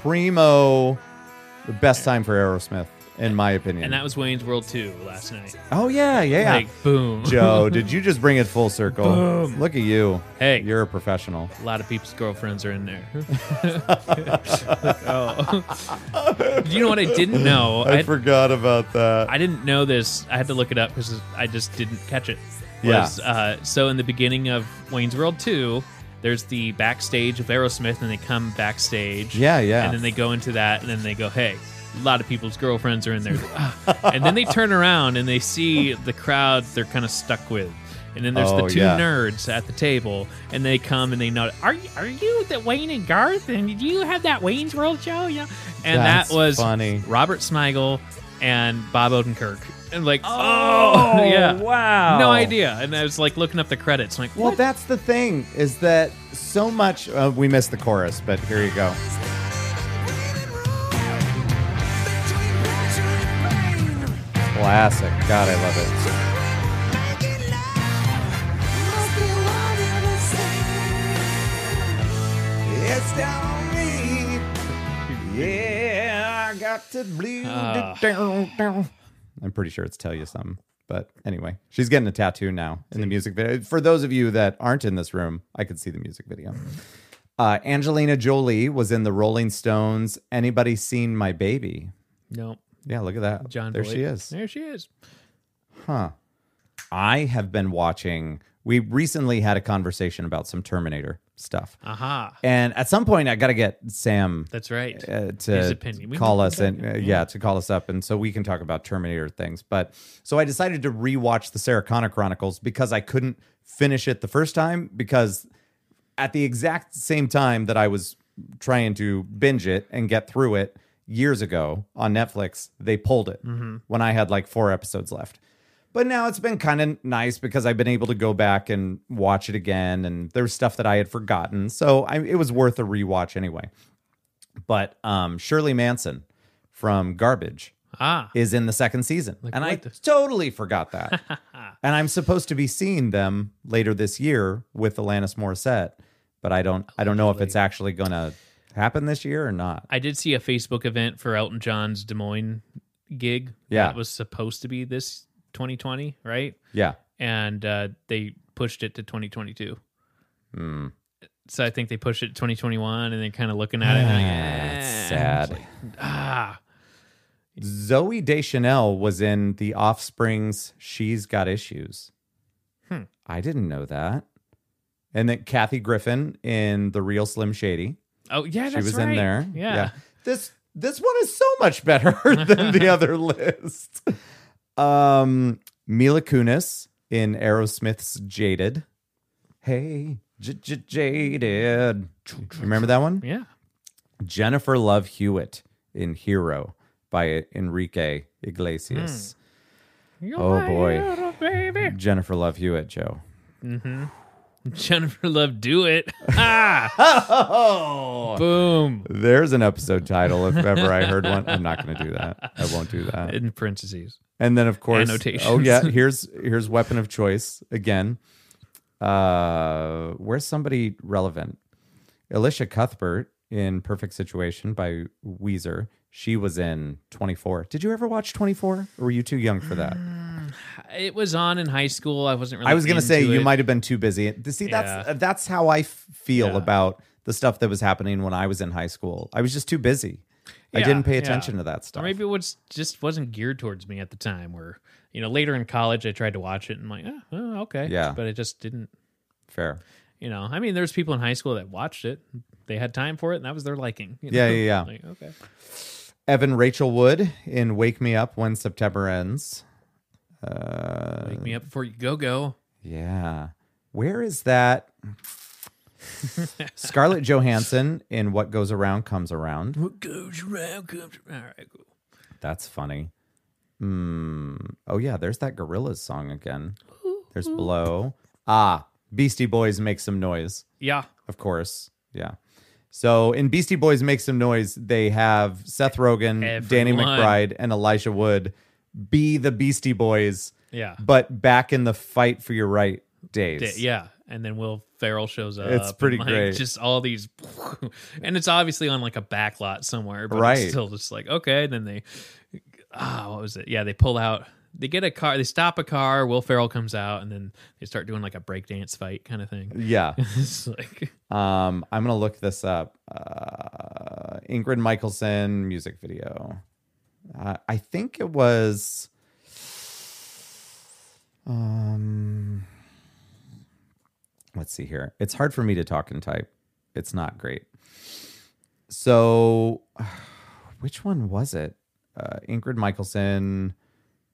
A: primo, the best time for Aerosmith, in my opinion.
B: And that was Wayne's World 2 last night.
A: oh yeah, yeah, yeah.
B: Like, boom. [LAUGHS]
A: Joe, did you just bring it full circle? Look at you.
B: Hey.
A: you're a professional.
B: A lot of people's girlfriends are in there. [LAUGHS] Like, oh. you know what I didn't know?
A: [LAUGHS] I,
B: I,
A: forgot about that.
B: I didn't know this. I had to look it up because I just didn't catch it.
A: Yeah.
B: Was, uh, so in the beginning of Wayne's World 2, there's the backstage of Aerosmith, and they come backstage.
A: Yeah, yeah.
B: And then they go into that, and then they go, "Hey, a lot of people's girlfriends are in there." [LAUGHS] Ah. and then they turn around and they see the crowd they're kind of stuck with. And then there's
A: Oh,
B: the two
A: yeah.
B: nerds at the table, and they come and they know, "Are you, are you the Wayne and Garth? And did you have that Wayne's World show?" Yeah. And
A: That's
B: that was
A: funny.
B: Robert Smigel and Bob Odenkirk. And like, oh, [LAUGHS] yeah.
A: wow.
B: No idea. And I was like looking up the credits. like,
A: Well,
B: what?
A: that's the thing is that so much. Uh, we missed the chorus, but here you go.
D: Is
A: Classic. God, I love it.
D: It's down me. Yeah, I got to bleed
B: Ah.
D: it down, down.
A: I'm pretty sure it's tell you something. But anyway, she's getting a tattoo now in the music video. For those of you that aren't in this room, I could see the music video. Uh, Angelina Jolie was in the Rolling Stones. Anybody seen my baby?
B: Nope.
A: Yeah, look at that.
B: John
A: there she
B: Voight.
A: is.
B: There she is.
A: I have been watching. We recently had a conversation about some Terminator stuff,
B: Aha.
A: and at some point, I got to get Sam
B: That's right.
A: uh,
B: His
A: to
B: opinion. We
A: call
B: can
A: us and uh, yeah to call us up and so we can talk about terminator things but so i decided to rewatch the sarah connor chronicles because i couldn't finish it the first time because at the exact same time that i was trying to binge it and get through it years ago on netflix they pulled it
B: Mm-hmm.
A: when i had like four episodes left but now it's been kind of nice because I've been able to go back and watch it again, and there's stuff that I had forgotten, so I, it was worth a rewatch anyway but um, Shirley Manson from Garbage
B: Ah.
A: is in the second season. and I
B: what the-
A: totally forgot
B: [LAUGHS]
A: that. and I'm supposed to be seeing them later this year with Alanis Morissette, but I don't I don't know if it's actually going to happen this year or not.
B: I did see a Facebook event for Elton John's Des Moines gig.
A: Yeah.
B: That was supposed to be this 2020, right?
A: Yeah.
B: And uh, they pushed it to 2022.
A: Hmm.
B: So I think they pushed it to 2021 and they're kind of looking at it. And they're like, "Eh."
A: Ah, Sad.
B: Ah.
A: Zoe Deschanel was in The Offspring's She's Got Issues.
B: Hmm.
A: I didn't know that. And then Kathy Griffin in The Real Slim Shady.
B: Oh, yeah.
A: she
B: that's
A: was
B: right.
A: in there.
B: Yeah.
A: This this one is so much better [LAUGHS] than
B: [LAUGHS]
A: the other list. Um Mila Kunis in Aerosmith's Jaded. Hey, j- j- Jaded. You Remember that one?
B: Yeah.
A: Jennifer Love Hewitt in Hero by Enrique Iglesias.
B: You're
A: Oh,
B: my
A: boy.
B: little baby. [LAUGHS]
A: Jennifer Love Hewitt, Joe.
B: Jennifer Love, do it. Ah.
A: Oh,
B: Boom.
A: [LAUGHS] there's an episode title if ever I heard one. I'm not going to do that. I won't do that.
B: In parentheses.
A: And then of course
B: Annotations.
A: Oh
B: [LAUGHS]
A: yeah, here's here's weapon of choice again. Uh where's somebody relevant? Alicia Cuthbert in Perfect Situation by Weezer. She was in 24. Did you ever watch 24? Or were you too young for that?
B: Mm. It was on in high school. I wasn't really.
A: I was going to say
B: into
A: you
B: it.
A: might have been too busy. See, that's uh,
B: Yeah.
A: that's how I f- feel
B: Yeah.
A: about the stuff that was happening when I was in high school. I was just too busy. I
B: Yeah,
A: didn't pay
B: yeah.
A: attention to that stuff.
B: Or maybe it was just wasn't geared towards me at the time. Where you know later in college, I tried to watch it and I'm like, "Ah, oh, okay,
A: Yeah.
B: but it just didn't.
A: Fair.
B: You know, I mean, there's people in high school that watched it. They had time for it, and that was their liking. you
A: Yeah,
B: know?
A: yeah, yeah.
B: Like, okay.
A: Evan Rachel Wood in Wake Me Up When September Ends.
B: Wake me up before you go go.
A: Yeah. Where is that? Scarlett Johansson in What Goes Around Comes Around.
B: What goes around comes around. All right, cool.
A: That's funny. Mm. Oh, yeah. There's that Gorillas song again. There's Blow. Ah, Beastie Boys Make Some Noise,
B: Yeah.
A: of course. Yeah. So in Beastie Boys Make Some Noise, they have Seth Rogen, Danny
B: Everyone.
A: McBride, and Elijah Wood be the Beastie Boys,
B: Yeah.
A: but back in the fight for your right days.
B: Da- yeah. And then Will Ferrell shows up.
A: It's pretty
B: and, like,
A: great.
B: Just all these, [LAUGHS] and it's obviously on like a back lot somewhere, but
A: Right.
B: it's still just like okay. Then they, ah, what was it? Yeah, they pull out. They get a car. They stop a car. Will Ferrell comes out, and then they start doing like a breakdance fight kind
A: [LAUGHS]
B: of thing.
A: Yeah.
B: it's like
A: Um, I'm gonna look this up. Uh, Ingrid Michaelson music video. Uh, I think it was. Um, let's see here. It's hard for me to talk and type. It's not great. So, [SIGHS] which one was it? Uh, Ingrid Michaelson.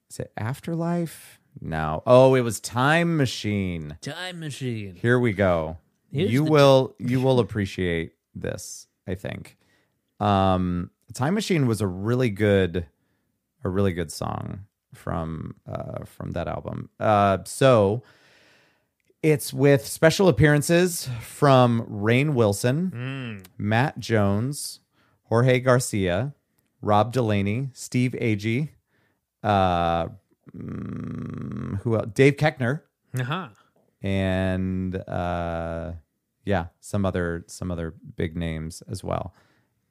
A: Is it Afterlife? No. Oh, it was Time Machine.
B: time machine.
A: Here we go.
B: Here's
A: you
B: the-
A: will you will appreciate this, I think. Um Time Machine was a really good a really good song from uh from that album. Uh so it's with special appearances from Rain Wilson, Matt Jones, Jorge Garcia, Rob Delaney, Steve Agee, Uh, mm, who else? Dave Keckner
B: Uh-huh.
A: and uh, yeah, some other some other big names as well.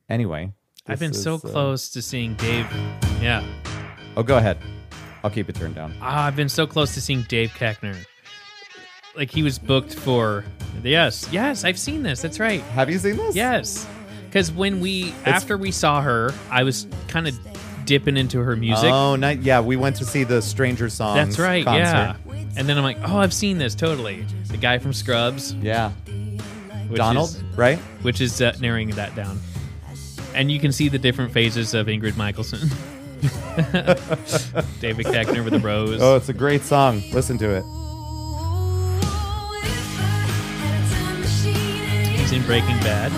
A: Anyway,
B: I've
A: this
B: been so
A: is, uh,
B: close to seeing Dave. Yeah.
A: oh, go ahead. I'll keep it turned down.
B: Ah, I've been so close to seeing Dave Keckner. Like he was booked for yes, yes, I've seen this. That's right.
A: Have you seen this?
B: Yes, because when we after we saw her, I was kind of dipping into her music.
A: Oh, night. Yeah, we went to see the Stranger Songs.
B: That's right.
A: concert.
B: Yeah. And then I'm like, oh, I've seen this totally. The guy from Scrubs,
A: Yeah.
B: which
A: Donald,
B: is,
A: right?
B: which is uh, narrowing that down. And you can see the different phases of Ingrid Michaelson. [LAUGHS] David Keckner with a rose.
A: Oh, it's a great song. Listen to it.
B: He's in Breaking
A: [LAUGHS]
B: Bad.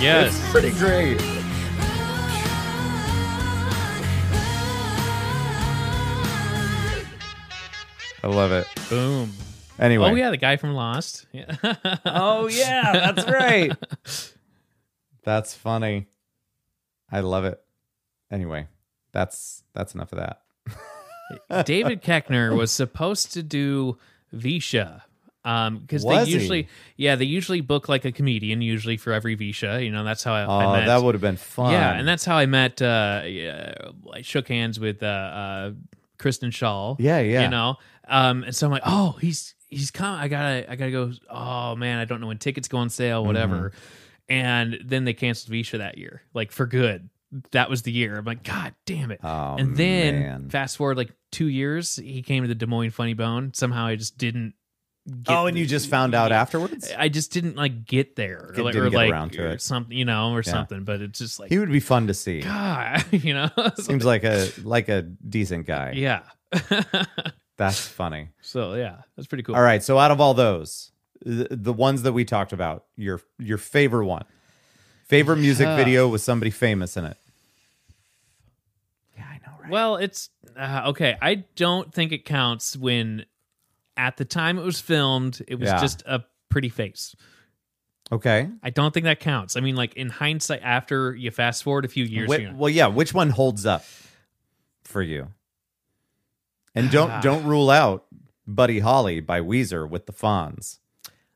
B: Yes.
A: Pretty great. I love it.
B: Boom.
A: Anyway.
B: Oh yeah, the guy from Lost. Yeah. [LAUGHS]
A: Oh yeah, that's [LAUGHS] right. that's funny. I love it. Anyway, that's that's enough of that.
B: David Keckner was supposed to do Visha. Um, because they
A: Was he?
B: usually, yeah, they usually book like a comedian usually for every Visha. You know, that's how I,
A: Oh,
B: I met.
A: that would have been fun.
B: yeah, and that's how I met. Uh, yeah, I shook hands with uh, uh Kristen Shaw.
A: Yeah, yeah.
B: You know, um, and so I'm like, oh, he's he's coming. I gotta I gotta go. Oh man, I don't know when tickets go on
A: Mm-hmm.
B: sale, whatever. And then they canceled Visha that year, like for good. That was the year. I'm like, God damn it.
A: Oh,
B: and then
A: man.
B: fast forward like two years, he came to the Des Moines Funny Bone. Somehow I just didn't. Get
A: oh, and you just found out afterwards.
B: I just didn't like get there,
A: Didn't
B: like, or
A: get
B: like
A: around to
B: or
A: it.
B: something, you know, or something. But it's just like,
A: He would be fun to see.
B: God, [LAUGHS] you know, It's
A: Seems like a like a decent guy.
B: like- yeah.
A: That's funny.
B: so yeah, that's pretty cool.
A: All right, so out of all those, the, the ones that we talked about, your your favorite one, favorite music
B: Yeah.
A: video with somebody famous in it. Yeah, I know, right?
B: Well, it's uh, okay. I don't think it counts when at the time it was filmed, it was
A: Yeah.
B: just a pretty face.
A: Okay.
B: I don't think that counts. I mean, like in hindsight, after you fast forward a few years,
A: Wh-
B: you're like,
A: well, yeah. Which one holds up for you?
B: [LAUGHS]
A: And don't don't rule out Buddy Holly by Weezer with the Fonz.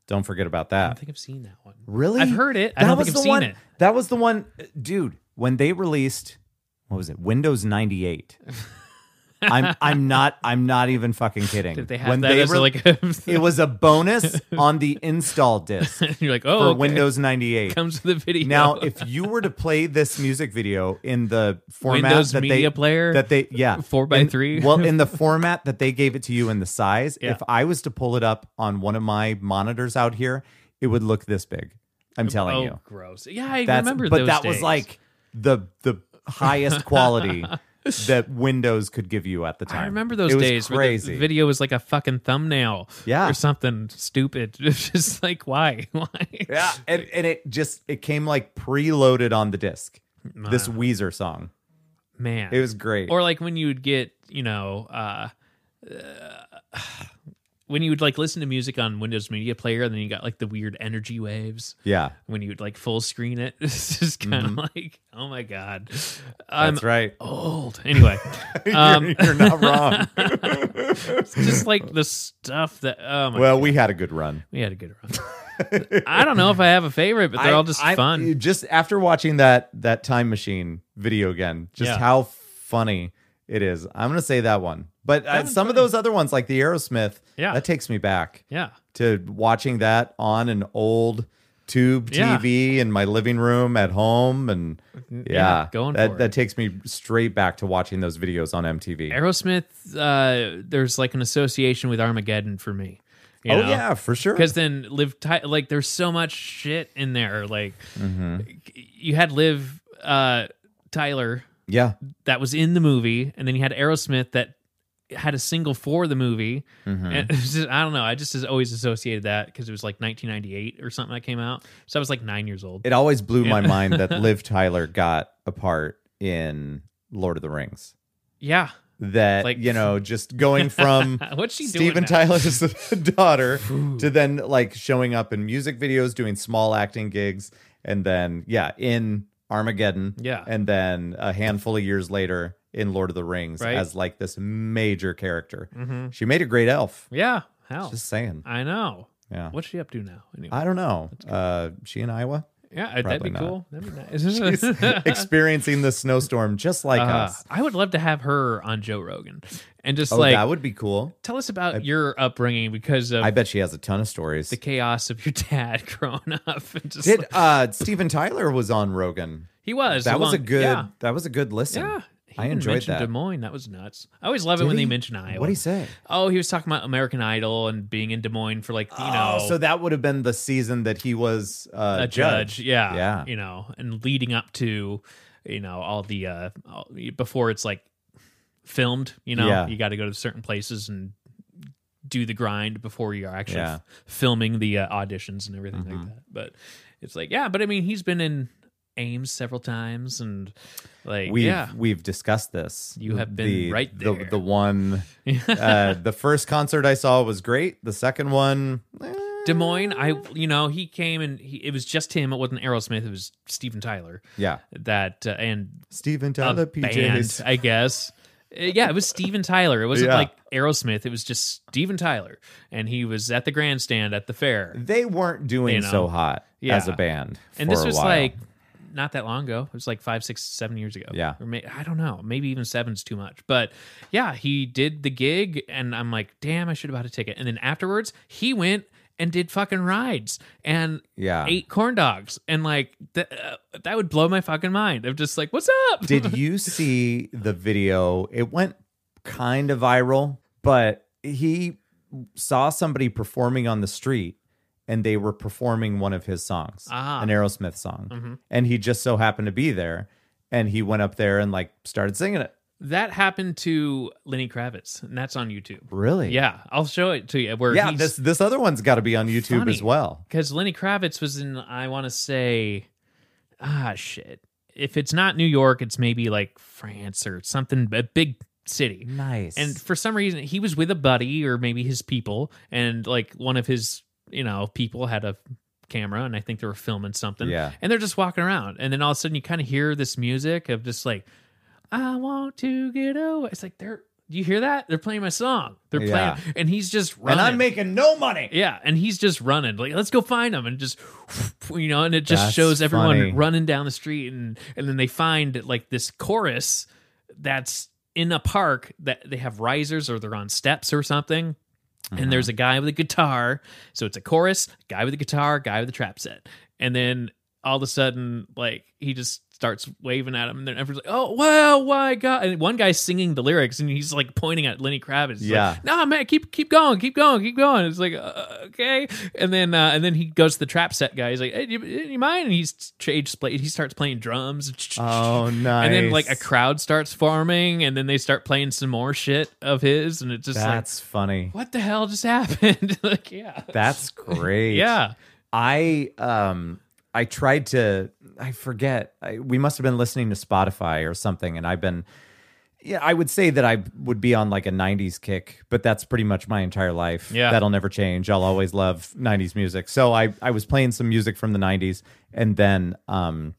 A: Don't forget about
B: I don't
A: that.
B: think I've seen that one.
A: Really?
B: I've heard it. I don't think I've seen
A: one,
B: it.
A: That was the one, dude. When they released, what was it? Windows ninety
B: [LAUGHS]
A: eight. I'm I'm not I'm not even fucking kidding.
B: Did they have
A: when
B: that as
A: re-
B: like [LAUGHS] a,
A: it was a
B: [LAUGHS]
A: bonus on the install disc for
B: you're like, oh, okay.
A: Windows ninety eight.
B: [LAUGHS] comes with the [LAUGHS] video.
A: Now, if you were to play this music video in the format
B: Windows
A: that
B: Media
A: they,
B: Player?
A: that they yeah
B: [LAUGHS] Four by
A: in-
B: three?
A: well in the format that they gave it to you in the size,
B: Yeah.
A: if I was to pull it up on one of my monitors out here, it would look this big. I'm telling
B: oh,
A: you,
B: gross. Yeah, I
A: that's
B: remember.
A: but
B: those
A: that was
B: days.
A: like the the
B: [LAUGHS]
A: highest quality that Windows could give you at the time.
B: I remember those
A: It was
B: days.
A: Crazy
B: Where the video was like a fucking thumbnail.
A: Yeah.
B: Or something stupid. [LAUGHS] It's just like why, [LAUGHS] why?
A: Yeah, and, and it just it came like preloaded on the disc. This Weezer song,
B: man.
A: it was great.
B: or like when you would get you know uh, uh [SIGHS] when you would like listen to music on windows media player and then you got like the weird energy waves
A: yeah,
B: when you would like full screen it [LAUGHS] it's just kind of like oh my god
A: Mm-hmm.
B: i'm
A: that's right.
B: old
A: [LAUGHS]
B: anyway um
A: you're, you're not
B: [LAUGHS]
A: wrong.
B: it's just like the stuff that oh my
A: well, we had a good run.
B: we had a good run
A: [LAUGHS]
B: i don't know if i have a favorite but they're all just
A: I- I-
B: fun
A: you Just after watching that that time machine video again, just
B: Yeah.
A: how funny it is. I'm gonna say that one. But uh, some of those other ones, like the Aerosmith,
B: Yeah.
A: that takes me back
B: yeah
A: to watching that on an old tube
B: Yeah.
A: TV in my living room at home, and yeah,
B: going
A: that
B: for it.
A: that takes me straight back to watching those videos on MTV.
B: aerosmith uh there's like an association with armageddon for me you
A: oh
B: know?
A: yeah, for sure.
B: because then live ti- like there's so much shit in there like
A: Mm-hmm.
B: you had live uh tyler
A: Yeah,
B: that was in the movie and then you had aerosmith that had a single for the movie
A: Mm-hmm. Mm.
B: and [LAUGHS] it's just, i don't know i just has always associated that because it was like 1998 or something that came out so i was like nine years old
A: it always blew
B: [LAUGHS]
A: my mind that Liv Tyler got a part in Lord of the Rings.
B: yeah
A: that
B: Like-
A: you know just
B: [LAUGHS]
A: going from
B: What's she doing
A: Steven
B: now? [LAUGHS]
A: Tyler's [LAUGHS] daughter to then like showing up in music videos, doing small acting gigs, and then yeah, in Armageddon,
B: Yeah.
A: and then a handful of years later in Lord of the Rings
B: Right.
A: as like this major character. She made a great elf.
B: Yeah. Hell.
A: Just saying,
B: I know.
A: yeah.
B: What's she up to now? Anyway.
A: I don't know. Uh, she in Iowa
B: yeah, uh, that'd be
A: probably not.
B: cool. That'd be
A: [LAUGHS]
B: nice. [LAUGHS]
A: experiencing the snowstorm just like
B: Uh,
A: us.
B: I would love to have her on Joe Rogan and just
A: Oh,
B: like
A: that would be cool.
B: tell us about your upbringing because of
A: I bet she has a ton of stories.
B: the chaos of your [LAUGHS] dad growing up. And just
A: Did
B: like-
A: uh Steven Tyler was on Rogan.
B: [LAUGHS] he was
A: that was a
B: long-
A: good
B: Yeah,
A: that was a good listen.
B: yeah. He
A: I
B: even
A: enjoyed
B: mentioned
A: that.
B: Des Moines. That was nuts. I always love it
A: Did
B: when they
A: he?
B: mention Iowa.
A: What do you say?
B: Oh, he was talking about American Idol and being in Des Moines for like you know
A: Oh, so that would have been the season that he was uh,
B: a judge. Yeah,
A: Yeah.
B: You know, and leading up to you know all the uh all, before it's like filmed. You know,
A: Yeah.
B: you got to go to certain places and do the grind before you're actually
A: Yeah. Mm-hmm.
B: f- filming the uh, auditions and everything like that. But it's like, yeah, but I mean, he's been in Ames several times and like,
A: We've
B: yeah,
A: we've discussed this.
B: You have been
A: the,
B: right
A: The,
B: there.
A: the one,
B: [LAUGHS]
A: uh, the first concert I saw was great. The second one, eh,
B: Des Moines. I, you know, he came and he, it was just him. It wasn't Aerosmith. It was Steven Tyler.
A: yeah.
B: That uh, and
A: Steven
B: a
A: Tyler PJs.
B: band, I guess. Uh, Yeah, it was Steven Tyler. It wasn't
A: Yeah.
B: like Aerosmith. It was just Steven Tyler, and he was at the grandstand at the fair.
A: they weren't doing
B: You know.
A: so hot
B: Yeah.
A: as a band.
B: And
A: for
B: this
A: a
B: was
A: while.
B: like not that long ago. It was like five, six, seven years ago.
A: Yeah.
B: or may, I don't know. Maybe even seven's too much. But yeah, he did the gig, and I'm like, damn, I should have bought a ticket. And then afterwards, he went and did fucking rides and
A: Yeah.
B: ate corn dogs, and like th- uh, that would blow my fucking mind. I'm just like, what's up? [LAUGHS]
A: Did you see the video? It went kind of viral, but he saw somebody performing on the street and they were performing one of his songs,
B: Ah. Mm-hmm.
A: an Aerosmith song. And he just so happened to be there and he went up there and like started singing it.
B: That happened to Lenny Kravitz, and that's on YouTube.
A: Really?
B: Yeah, I'll show it to you. Where
A: Yeah,
B: he's,
A: this this other one's got to be on YouTube
B: funny.
A: as well.
B: because Lenny Kravitz was in. I want to say, ah, shit. If it's not New York, it's maybe like France or something, a big city.
A: Nice.
B: And for some reason, he was with a buddy or maybe his people, and like one of his, you know, people had a camera, and I think they were filming something.
A: Yeah.
B: And they're just walking around, and then all of a sudden, you kind of hear this music of just like, "I want to get away." It's like they're, do you hear that? They're playing my song. They're
A: Yeah.
B: playing, and he's just running.
A: and I'm making no money.
B: Yeah, and he's just running. Like, let's go find him, and just [LAUGHS] you know, and it just
A: That's
B: shows everyone
A: funny.
B: running down the street, and and then they find like this chorus that's in a park that they have risers or they're on steps or something. And
A: Mm-hmm.
B: there's a guy with a guitar, so it's a chorus, guy with a guitar, guy with a trap set, and then all of a sudden, like he just starts waving at him, and then everyone's like, "Oh wow, my god!" And one guy's singing the lyrics, and he's like pointing at Lenny Kravitz. He's like,
A: Yeah.
B: nah, man, keep keep going, keep going, keep going. It's like uh, okay, and then uh, and then he goes to the trap set guy. He's like, hey, do you, do you mind? And he's changed play. He starts playing drums.
A: Oh, nice.
B: And then like a crowd starts forming, and then they start playing some more shit of his, and it's just
A: That's funny.
B: like, what the hell just [LAUGHS] happened? like, yeah, [LAUGHS]
A: That's great.
B: yeah,
A: I um I tried to I forget I, we must have been listening to Spotify or something and I've been yeah I would say that I would be on like a 90s kick but that's pretty much my entire life
B: Yeah.
A: that'll never change I'll always love 90s music so I I was playing some music from the 90s and then um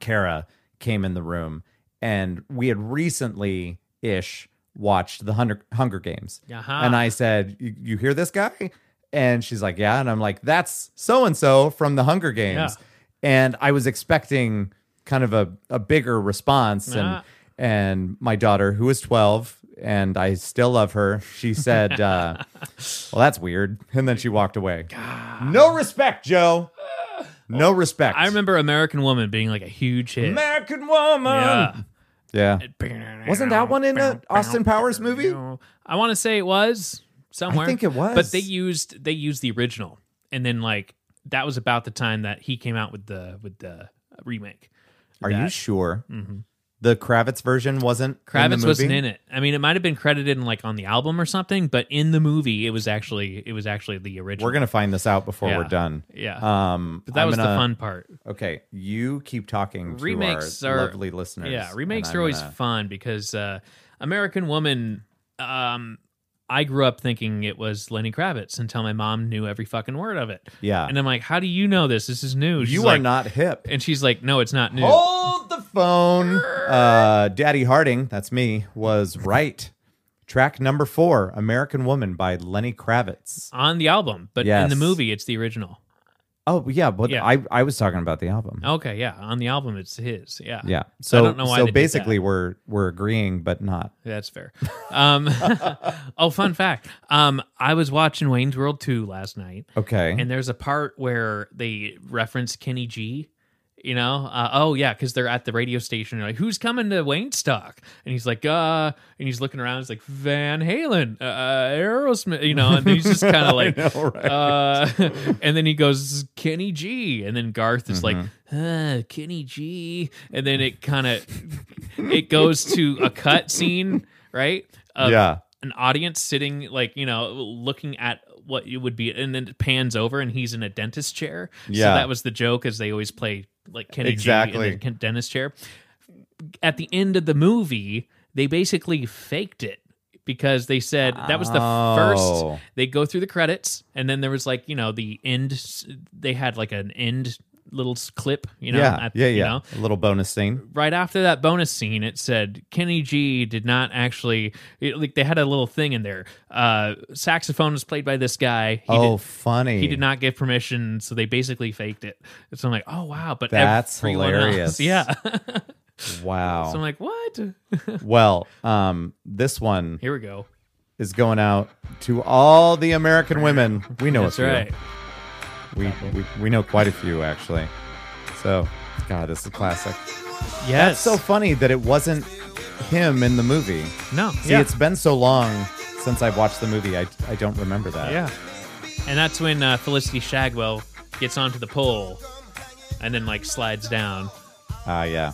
A: Kara came in the room and we had recently ish watched the Hunger, Hunger Games.
B: Aha.
A: And I said, "You- You hear this guy? And she's like, Yeah. And I'm like, That's so and so from the Hunger Games.
B: Yeah.
A: And I was expecting kind of a, a bigger response.
B: Ah.
A: And and my daughter, who is 12, and I still love her, she said, uh, Well, that's weird. And then she walked away. No respect, Joe. No respect.
B: Oh, I remember American Woman being like a huge hit.
A: American Woman.
B: yeah.
A: Yeah.
B: Wasn't
A: Wasn't that one in a Austin Powers movie?
B: I want to say it was somewhere.
A: I think it was.
B: But they used they used the original, and then like that was about the time that he came out with the with the remake.
A: Are you
B: that. Mm-hmm.
A: sure? The Kravitz version wasn't in the
B: Kravitz
A: movie?
B: wasn't in it. I mean, it might have been credited in like on the album or something, but in the movie, it was actually it was actually the original.
A: We're gonna find this out before
B: Yeah.
A: we're done.
B: yeah.
A: Um,
B: but that
A: I'm
B: was the
A: gonna-
B: fun part.
A: Okay, you keep talking to
B: Remakes
A: our
B: are-
A: lovely listeners.
B: Yeah, remakes
A: and
B: are
A: I'm
B: always
A: gonna-
B: fun because uh, American Woman. Um, I grew up thinking it was Lenny Kravitz until my mom knew every fucking word of it.
A: Yeah.
B: and I'm like, how do you know this? This is new. She's
A: you are
B: like-
A: not hip.
B: And she's like, no, it's not new.
A: Hold the phone. Uh, Daddy Harding, that's me, was right. Track number four, American Woman by Lenny Kravitz.
B: On the album, but in
A: Yes.
B: the movie, it's the original.
A: Oh yeah, but
B: Yeah.
A: I, I was talking about the album.
B: Okay, yeah. On the album, it's his. Yeah.
A: Yeah. So
B: don't know why
A: so
B: they did that.
A: basically we're we're agreeing but not.
B: That's fair. Um, [LAUGHS] oh, fun fact. Um, I was watching Wayne's World 2 last night,
A: Okay.
B: and there's a part where they reference Kenny G. You know, uh, oh yeah, because they're at the radio station. They're like, "Who's coming to Wayne Stock?" And he's like, "Uh," and he's looking around. He's like, "Van Halen, uh, Aerosmith," you know, and
A: [LAUGHS]
B: he's just kind of like,
A: know, right?
B: uh, [LAUGHS] and then he goes Kenny G, and then Garth is
A: Mm-hmm.
B: like uh, Kenny G, and then it kind of it goes to a cut scene, right? Of
A: Yeah.
B: an audience sitting like you know looking at what it would be, and then it pans over, and he's in a dentist chair. so
A: Yeah.
B: that was the joke, as they always play like Kenny G
A: Exactly.
B: in the dentist chair. At the end of the movie, they basically faked it. Because they said that was the first
A: Oh.
B: they go through the credits and then there was like you know the end s- they had like an end little s- clip you know
A: yeah,
B: at-
A: yeah, yeah,
B: you know.
A: A little bonus scene.
B: right after that bonus scene it said kenny g did not actually it, like they had a little thing in there uh saxophone was played by this guy he
A: oh,
B: did,
A: funny.
B: he did not give permission so they basically faked it so i'm like oh wow but
A: That's
B: everyone else-
A: hilarious.
B: [LAUGHS]
A: Oh.
B: yeah
A: Wow.
B: so i'm like what [LAUGHS]
A: well, um, this one
B: here we go
A: is going out to all the American women. We know a
B: that's
A: few.
B: right
A: We, we we know quite a few actually. So, God, this is classic.
B: yes
A: So funny that it wasn't him in the movie.
B: no
A: See,
B: yeah.
A: it's been so long since I've watched the movie. I, I don't remember that.
B: Yeah. And that's when uh, Felicity Shagwell gets onto the pole and then like slides down.
A: Ah, yeah.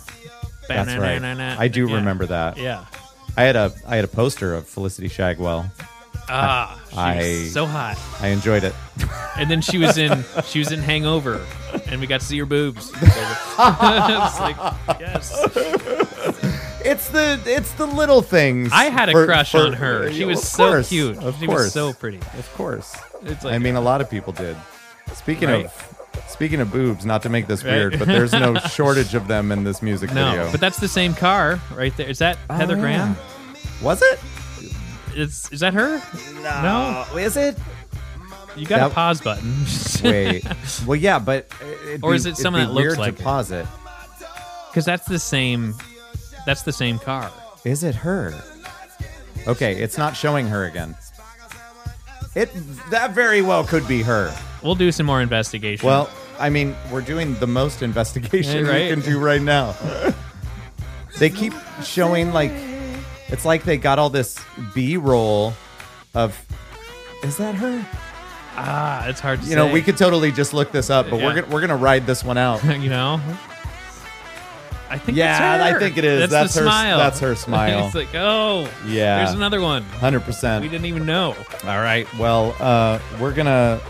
A: That's right.
B: Ba-na-na-na-na.
A: I do
B: Yeah.
A: remember that.
B: Yeah.
A: I had a I had a poster of Felicity Shagwell.
B: Ah,
A: I-
B: she's so hot.
A: I enjoyed it.
B: And then she was in she was in Hangover, and we got to see
A: [LAUGHS]
B: her boobs. it's like yes,
A: It's the it's the little things.
B: I had a
A: for-
B: crush
A: for-
B: on her. She was
A: Of
B: so
A: course,
B: cute.
A: Of
B: she
A: course,
B: was so pretty.
A: Of course.
B: It's like
A: I
B: [LAUGHS]
A: mean, a lot of people did. Speaking
B: Right.
A: of speaking of boobs, not to make this
B: Right.
A: weird, but there's
B: [LAUGHS]
A: no shortage of them in this music
B: no,
A: video.
B: but that's the same car right there. Is that
A: Oh,
B: Heather
A: yeah.
B: Graham?
A: Was it?
B: Is is that her? No.
A: Uh, Is it?
B: You got a
A: That-
B: pause button. [LAUGHS]
A: Wait. well, yeah, but it'd
B: Or
A: be-
B: is it someone
A: it'd
B: that
A: be weird
B: looks like
A: to
B: her?
A: pause it?
B: Because that's the same. That's the same car.
A: Is it her? Okay, it's not showing her again. It that very well could be her.
B: We'll do some more investigation.
A: Well, I mean, we're doing the most investigation
B: Yeah, right.
A: we can do right now. they keep showing like it's like they got all this B-roll of is that her?
B: ah, it's hard to.
A: You know, we could totally just look this up, but
B: Yeah.
A: we're gonna, we're gonna ride this one out.
B: you know. I think.
A: Yeah,
B: it's her.
A: I think it is.
B: That's,
A: That's
B: the
A: her s-
B: smile.
A: that's
B: [LAUGHS]
A: her smile.
B: it's like, oh,
A: Yeah.
B: [LAUGHS] There's another one.
A: Hundred
B: We
A: percent.
B: didn't even know.
A: All right. Well, uh, we're gonna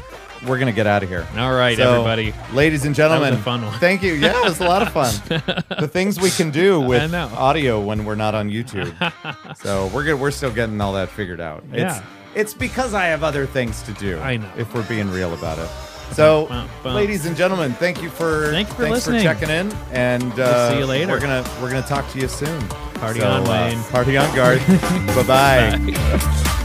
A: we're gonna get out of here.
B: All right,
A: So,
B: everybody.
A: ladies and gentlemen,
B: That was a fun one.
A: thank you. Yeah, it was a lot of
B: [LAUGHS]
A: fun. the things we can do
B: I
A: with
B: know.
A: audio when we're not on
B: [LAUGHS]
A: YouTube. so we're good. We're still getting all that figured out.
B: Yeah.
A: It's it's because I have other things to do.
B: I know.
A: If we're being real about it. So,
B: Bum, bum.
A: ladies and gentlemen, thank you for
B: Thank you for
A: thanks
B: listening.
A: for checking in, and uh,
B: see you later.
A: We're gonna we're gonna talk to you soon.
B: Party
A: So,
B: on,
A: uh,
B: [LAUGHS] Wayne.
A: party on, guard. Bye bye.